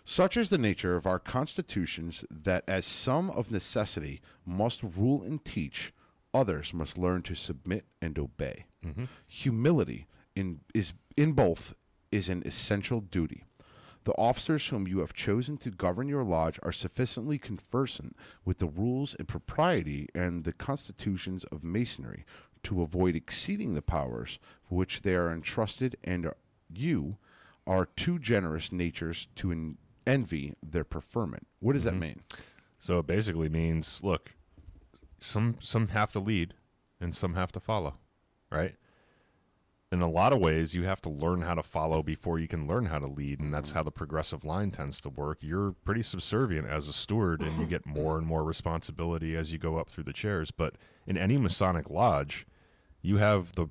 B: Such is the nature of our constitutions that as some of necessity must rule and teach, others must learn to submit and obey. Humility in is in both is an essential duty. The officers whom you have chosen to govern your lodge are sufficiently conversant with the rules and propriety and the constitutions of masonry to avoid exceeding the powers for which they are entrusted, and you are too generous natures to en- envy their preferment. What does that mean?
A: So it basically means look, some some have to lead and some have to follow, right? In a lot of ways, you have to learn how to follow before you can learn how to lead, and that's how the progressive line tends to work. You're pretty subservient as a steward, and you get more and more responsibility as you go up through the chairs. But in any Masonic lodge, you have the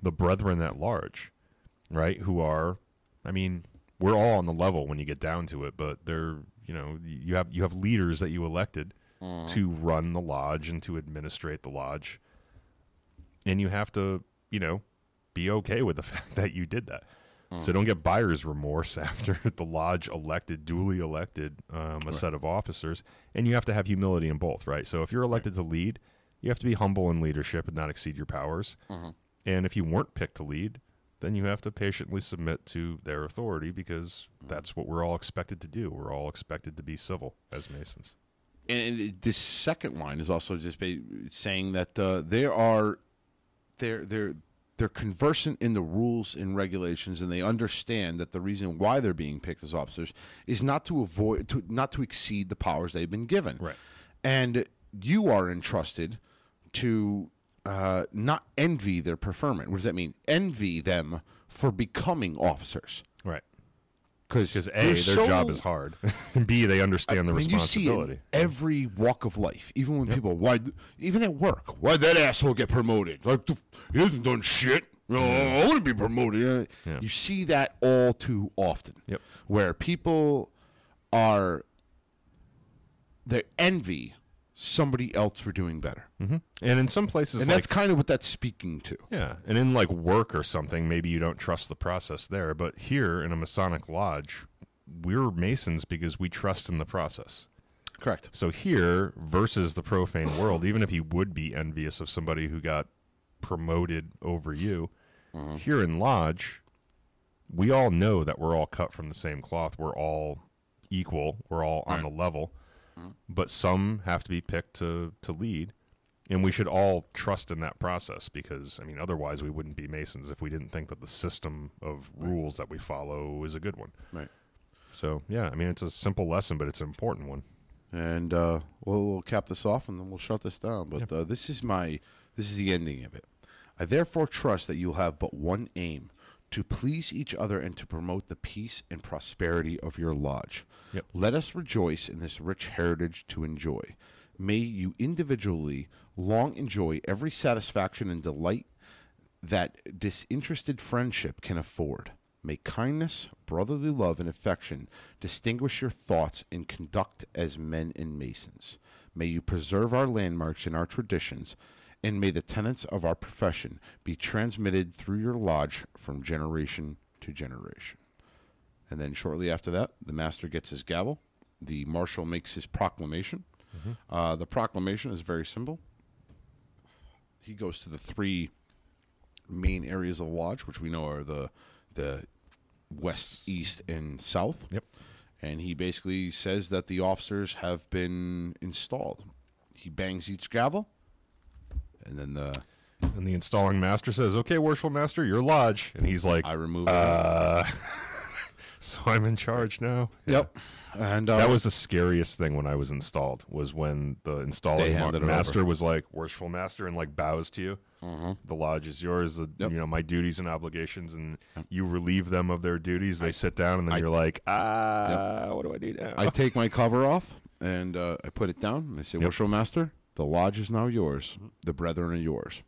A: the brethren at large, right? Who are, I mean, we're all on the level when you get down to it, but they're, you know, you have you have leaders that you elected to run the lodge and to administrate the lodge, and you have to, you know, be okay with the [laughs] fact that you did that. So don't get buyer's remorse [laughs] after the lodge elected, duly elected, um, a set of officers, and you have to have humility in both, right? So if you're elected to lead, you have to be humble in leadership and not exceed your powers. And if you weren't picked to lead, then you have to patiently submit to their authority because that's what we're all expected to do. We're all expected to be civil as Masons.
B: And it- this second line is also just ba- saying that uh, there are they're they're they're conversant in the rules and regulations, and they understand that the reason why they're being picked as officers is not to avoid, to, not to exceed the powers they've been given.
A: Right.
B: And you are entrusted to uh, not envy their preferment. What does that mean? Envy them for becoming officers.
A: Right.
B: Because
A: Because A, their job is hard. [laughs] and B, they understand the
B: I mean,
A: responsibility.
B: You see it in every walk of life, even when people why, even at work, why would that asshole get promoted? Like he hasn't done shit. No, I want to be promoted.
A: Yeah.
B: You see that all too often.
A: Yep.
B: Where people are, they envy somebody else for doing better.
A: hmm And in some places,
B: and
A: like,
B: that's kind of what that's speaking to.
A: Yeah, and in like work or something, maybe you don't trust the process there, but here in a Masonic lodge, we're Masons because we trust in the process.
B: Correct.
A: So here versus the profane world, even if you would be envious of somebody who got promoted over you, here in lodge, we all know that we're all cut from the same cloth. We're all equal. We're all on the level. But some have to be picked to to lead, and we should all trust in that process because I mean otherwise we wouldn't be masons if we didn't think that the system of rules that we follow is a good one.
B: Right.
A: So, yeah, I mean it's a simple lesson but it's an important one.
B: and uh, we'll, we'll cap this off and then we'll shut this down. But uh, this is my this is the ending of it. I therefore trust that you will have but one aim: to please each other and to promote the peace and prosperity of your lodge.
A: Yep.
B: Let us rejoice in this rich heritage to enjoy. May you individually long enjoy every satisfaction and delight that disinterested friendship can afford. May kindness, brotherly love, and affection distinguish your thoughts and conduct as men and masons. May you preserve our landmarks and our traditions, and may the tenets of our profession be transmitted through your lodge from generation to generation. And then shortly after that, the master gets his gavel. The marshal makes his proclamation. Uh, the proclamation is very simple. He goes to the three main areas of the lodge, which we know are the the west, east, and south.
A: Yep.
B: And he basically says that the officers have been installed. He bangs each gavel, and then the
A: And the installing master says, "Okay, worshipful master, your lodge." And he's like,
B: I remove.
A: Uh, "So I'm in charge now."
B: it. Yep. And uh,
A: That was the scariest thing when I was installed was when the
B: They
A: installing ma-
B: handed it
A: master was like, "Worshipful master," and like bows to you. The lodge is yours. The,
B: Mm-hmm. Yep.
A: You know my duties and obligations, and you relieve them of their duties. They sit down, and then you're like, "Ah, what do I do now?"
B: I take my cover off and uh, I put it down and I say, Worshipful Master, the lodge is now yours. The brethren are yours.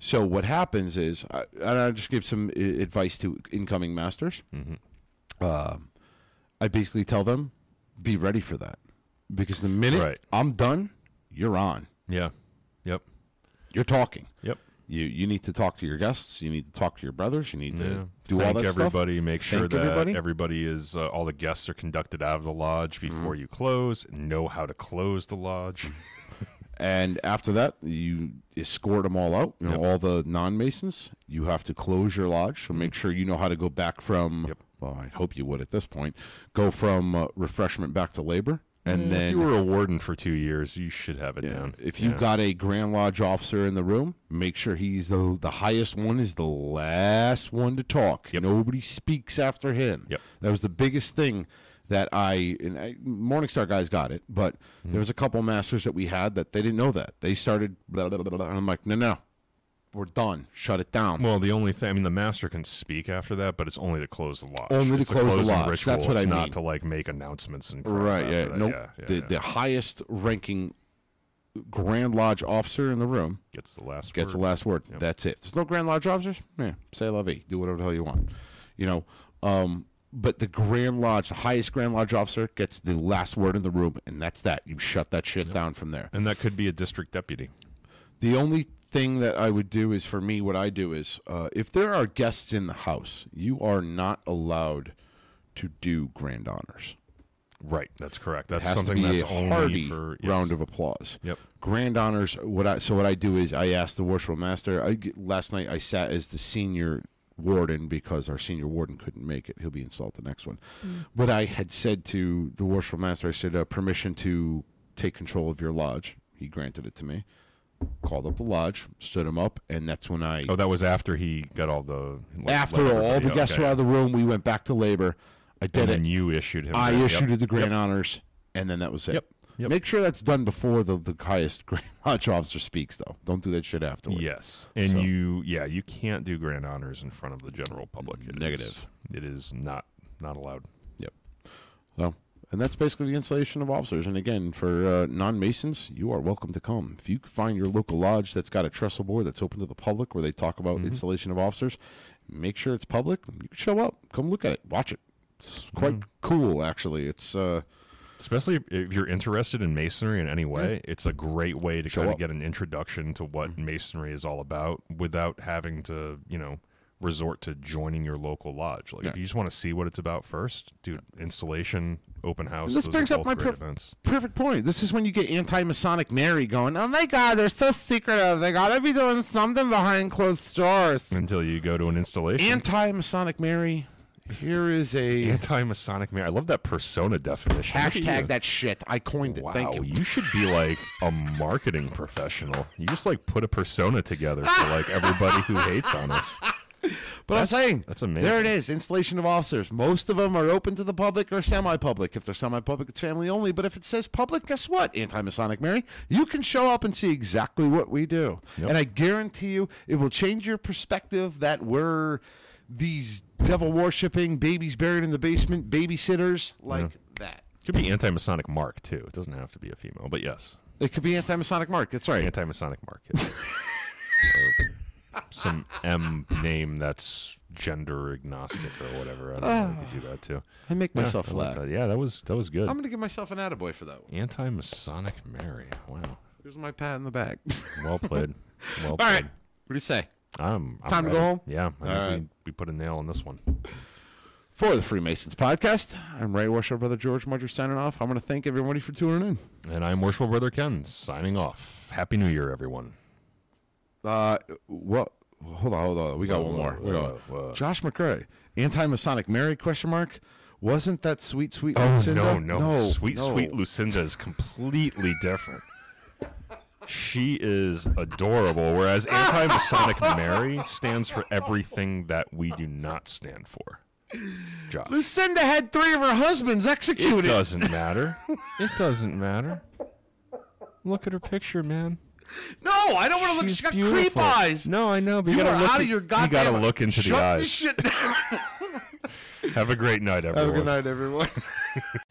B: So what happens is, I, and I just give some i- advice to incoming masters.
A: Mm-hmm.
B: Um, I basically tell them, be ready for that. Because the minute
A: Right.
B: I'm done, you're on.
A: yeah, yep,
B: You're talking.
A: yep.
B: You you need to talk to your guests. You need to talk to your brothers. You need
A: Yeah.
B: to do all
A: Thank
B: that stuff.
A: everybody. Make sure
B: Thank
A: that
B: everybody.
A: everybody, is uh, all the guests are conducted out of the lodge
B: Mm-hmm.
A: before you close. Know how to close the lodge.
B: And after that, you escort them all out. You know, all the non-masons. You have to close your lodge. So make sure you know how to go back from.
A: Yep.
B: Well, I hope you would at this point. Go from uh, refreshment back to labor,
A: Yeah,
B: and then
A: Mm, if you were a warden for two years, you should have it
B: Yeah,
A: down.
B: if you
A: Yeah.
B: got a Grand Lodge officer in the room, make sure he's the the highest one is the last one to talk.
A: Yep.
B: Nobody speaks after him.
A: Yep.
B: That was the biggest thing that I and I, Morningstar guys got it, but
A: Mm-hmm.
B: there was a couple masters that we had that they didn't know that. They started blah blah blah, blah and I'm like, "No, no. We're done. Shut it down."
A: Well, the only thing I mean, the master can speak after that, but it's only to close the lodge.
B: Only to
A: It's a
B: close the
A: closing
B: lodge.
A: Ritual.
B: That's what
A: it's
B: I
A: not
B: mean.
A: to like make announcements and crap
B: Right.
A: after
B: Yeah.
A: that.
B: Nope.
A: Yeah, yeah,
B: the
A: yeah.
B: the highest ranking Grand Lodge officer in the room
A: gets the last
B: gets the
A: word.
B: last word. That's it. There's no Grand Lodge officers. Yeah, say la vie. Do whatever the hell you want. You know, um, but the Grand Lodge, the highest Grand Lodge officer, gets the last word in the room, and that's that. You shut that shit down from there.
A: and that could be a district deputy.
B: The only thing that I would do is for me, what I do is uh, if there are guests in the house, you are not allowed to do grand honors.
A: Right. That's correct.
B: It
A: That's
B: has
A: something
B: to be
A: that's
B: a
A: only
B: hearty
A: for yes.
B: round of applause.
A: Yep.
B: Grand honors. What I so what I do is I ask the worshipful master. I get- last night I sat as the senior warden because our senior warden couldn't make it. He'll be installed the next one. But I had said to the worshipful master, I said uh, permission to take control of your lodge. He granted it to me. Called up the lodge, stood him up, and that's when I
A: Oh, that was after he got all the like,
B: after
A: let
B: all the
A: everybody-
B: guests
A: okay.
B: were out of the room, we went back to labor. I did
A: and
B: it.
A: then you issued him.
B: I
A: that. Yep.
B: issued it the grand honors, and then that was it.
A: Yep. Yep.
B: Make sure that's done before the, the highest [laughs] grand lodge officer speaks, though. Don't do that shit afterward.
A: Yes, and
B: So-
A: you, yeah, you can't do grand honors in front of the general public. It is-
B: Negative.
A: it is not not allowed.
B: Yep. So And that's basically the installation of officers. And again, for uh, non Masons, you are welcome to come. If you find your local lodge that's got a trestle board that's open to the public where they talk about
A: Mm-hmm.
B: installation of officers, make sure it's public. You can show up, come look at it, watch it. It's quite
A: Mm-hmm.
B: cool, actually. It's uh,
A: Especially if- if you're interested in masonry in any way, it's a great way to
B: Show
A: kind of
B: up.
A: get an introduction to what
B: Mm-hmm.
A: masonry is all about without having to, you know, resort to joining your local lodge. Like
B: Yeah.
A: if you just want to see what it's about first, dude, installation, open house,
B: This
A: those
B: brings
A: are
B: up
A: both
B: my
A: great
B: pro-
A: events.
B: perfect point. This is when you get anti Masonic Mary going, oh my God, they're so secretive. They got to be doing something behind closed doors.
A: Until you go to an installation.
B: Anti Masonic Mary, here
A: [laughs]
B: is a
A: Anti Masonic man. I love that persona definition. Look at you.
B: hashtag that shit. I coined it.
A: Wow,
B: Thank you.
A: should be like a marketing professional. You just like put a persona together for like everybody who hates on us.
B: But I'm
A: That's-
B: saying
A: that's amazing.
B: There it is. Installation of officers. Most of them are open to the public or semi-public. If they're semi-public, it's family only. But if it says public, guess what? Anti-Masonic Mary. You can show up and see exactly what we do,
A: Yep.
B: and I guarantee you, it will change your perspective that we're these devil worshipping babies buried in the basement babysitters like that.
A: Could be anti Masonic Mark too. It doesn't have to be a female, but yes,
B: It could be anti-Masonic Mark. That's right.
A: anti Masonic
B: [laughs]
A: Mark. Or some M name that's gender agnostic or whatever. I don't know. You could do that too.
B: I make
A: Yeah,
B: myself
A: I like
B: laugh.
A: that. Yeah, that was that was good.
B: I'm going to give myself an attaboy for that one.
A: Anti Masonic Mary. Wow,
B: Here's my pat in the back. [laughs]
A: well played. Well
B: All right.
A: played.
B: What do you say?
A: I'm, I'm
B: Time to go
A: ready.
B: home?
A: Yeah, I think
B: All
A: we,
B: right.
A: we put a nail on this one.
B: For the Freemasons podcast, I'm Ray Worship Brother George Mudger signing off. I'm going to thank everybody for tuning in.
A: And I'm Worshipful Brother Ken, signing off. Happy New Year, everyone.
B: Uh, what? Hold on, hold on. We got
A: Whoa,
B: one more. We got-
A: whoa, whoa.
B: Josh McCray, anti-Masonic Mary? Question mark. Wasn't that sweet, sweet Lucinda?
A: Oh, no, no,
B: no,
A: Sweet,
B: no.
A: sweet Lucinda is completely different. She is adorable, whereas Anti
B: [laughs]
A: Masonic Mary stands for everything that we do not stand for. Josh.
B: Lucinda had three of her husbands
A: It
B: executed.
A: doesn't matter.
B: [laughs]
A: It doesn't matter. Look at her picture, man.
B: No, I don't want to look.
A: She's
B: She's got creep
A: beautiful.
B: eyes.
A: No, I know, but
B: you,
A: you,
B: are
A: gotta look
B: out
A: at-
B: of your goddamn.
A: You gotta look into
B: Shut
A: the eyes.
B: This shit down.
A: Have a great night, everyone.
B: Have a good night, everyone.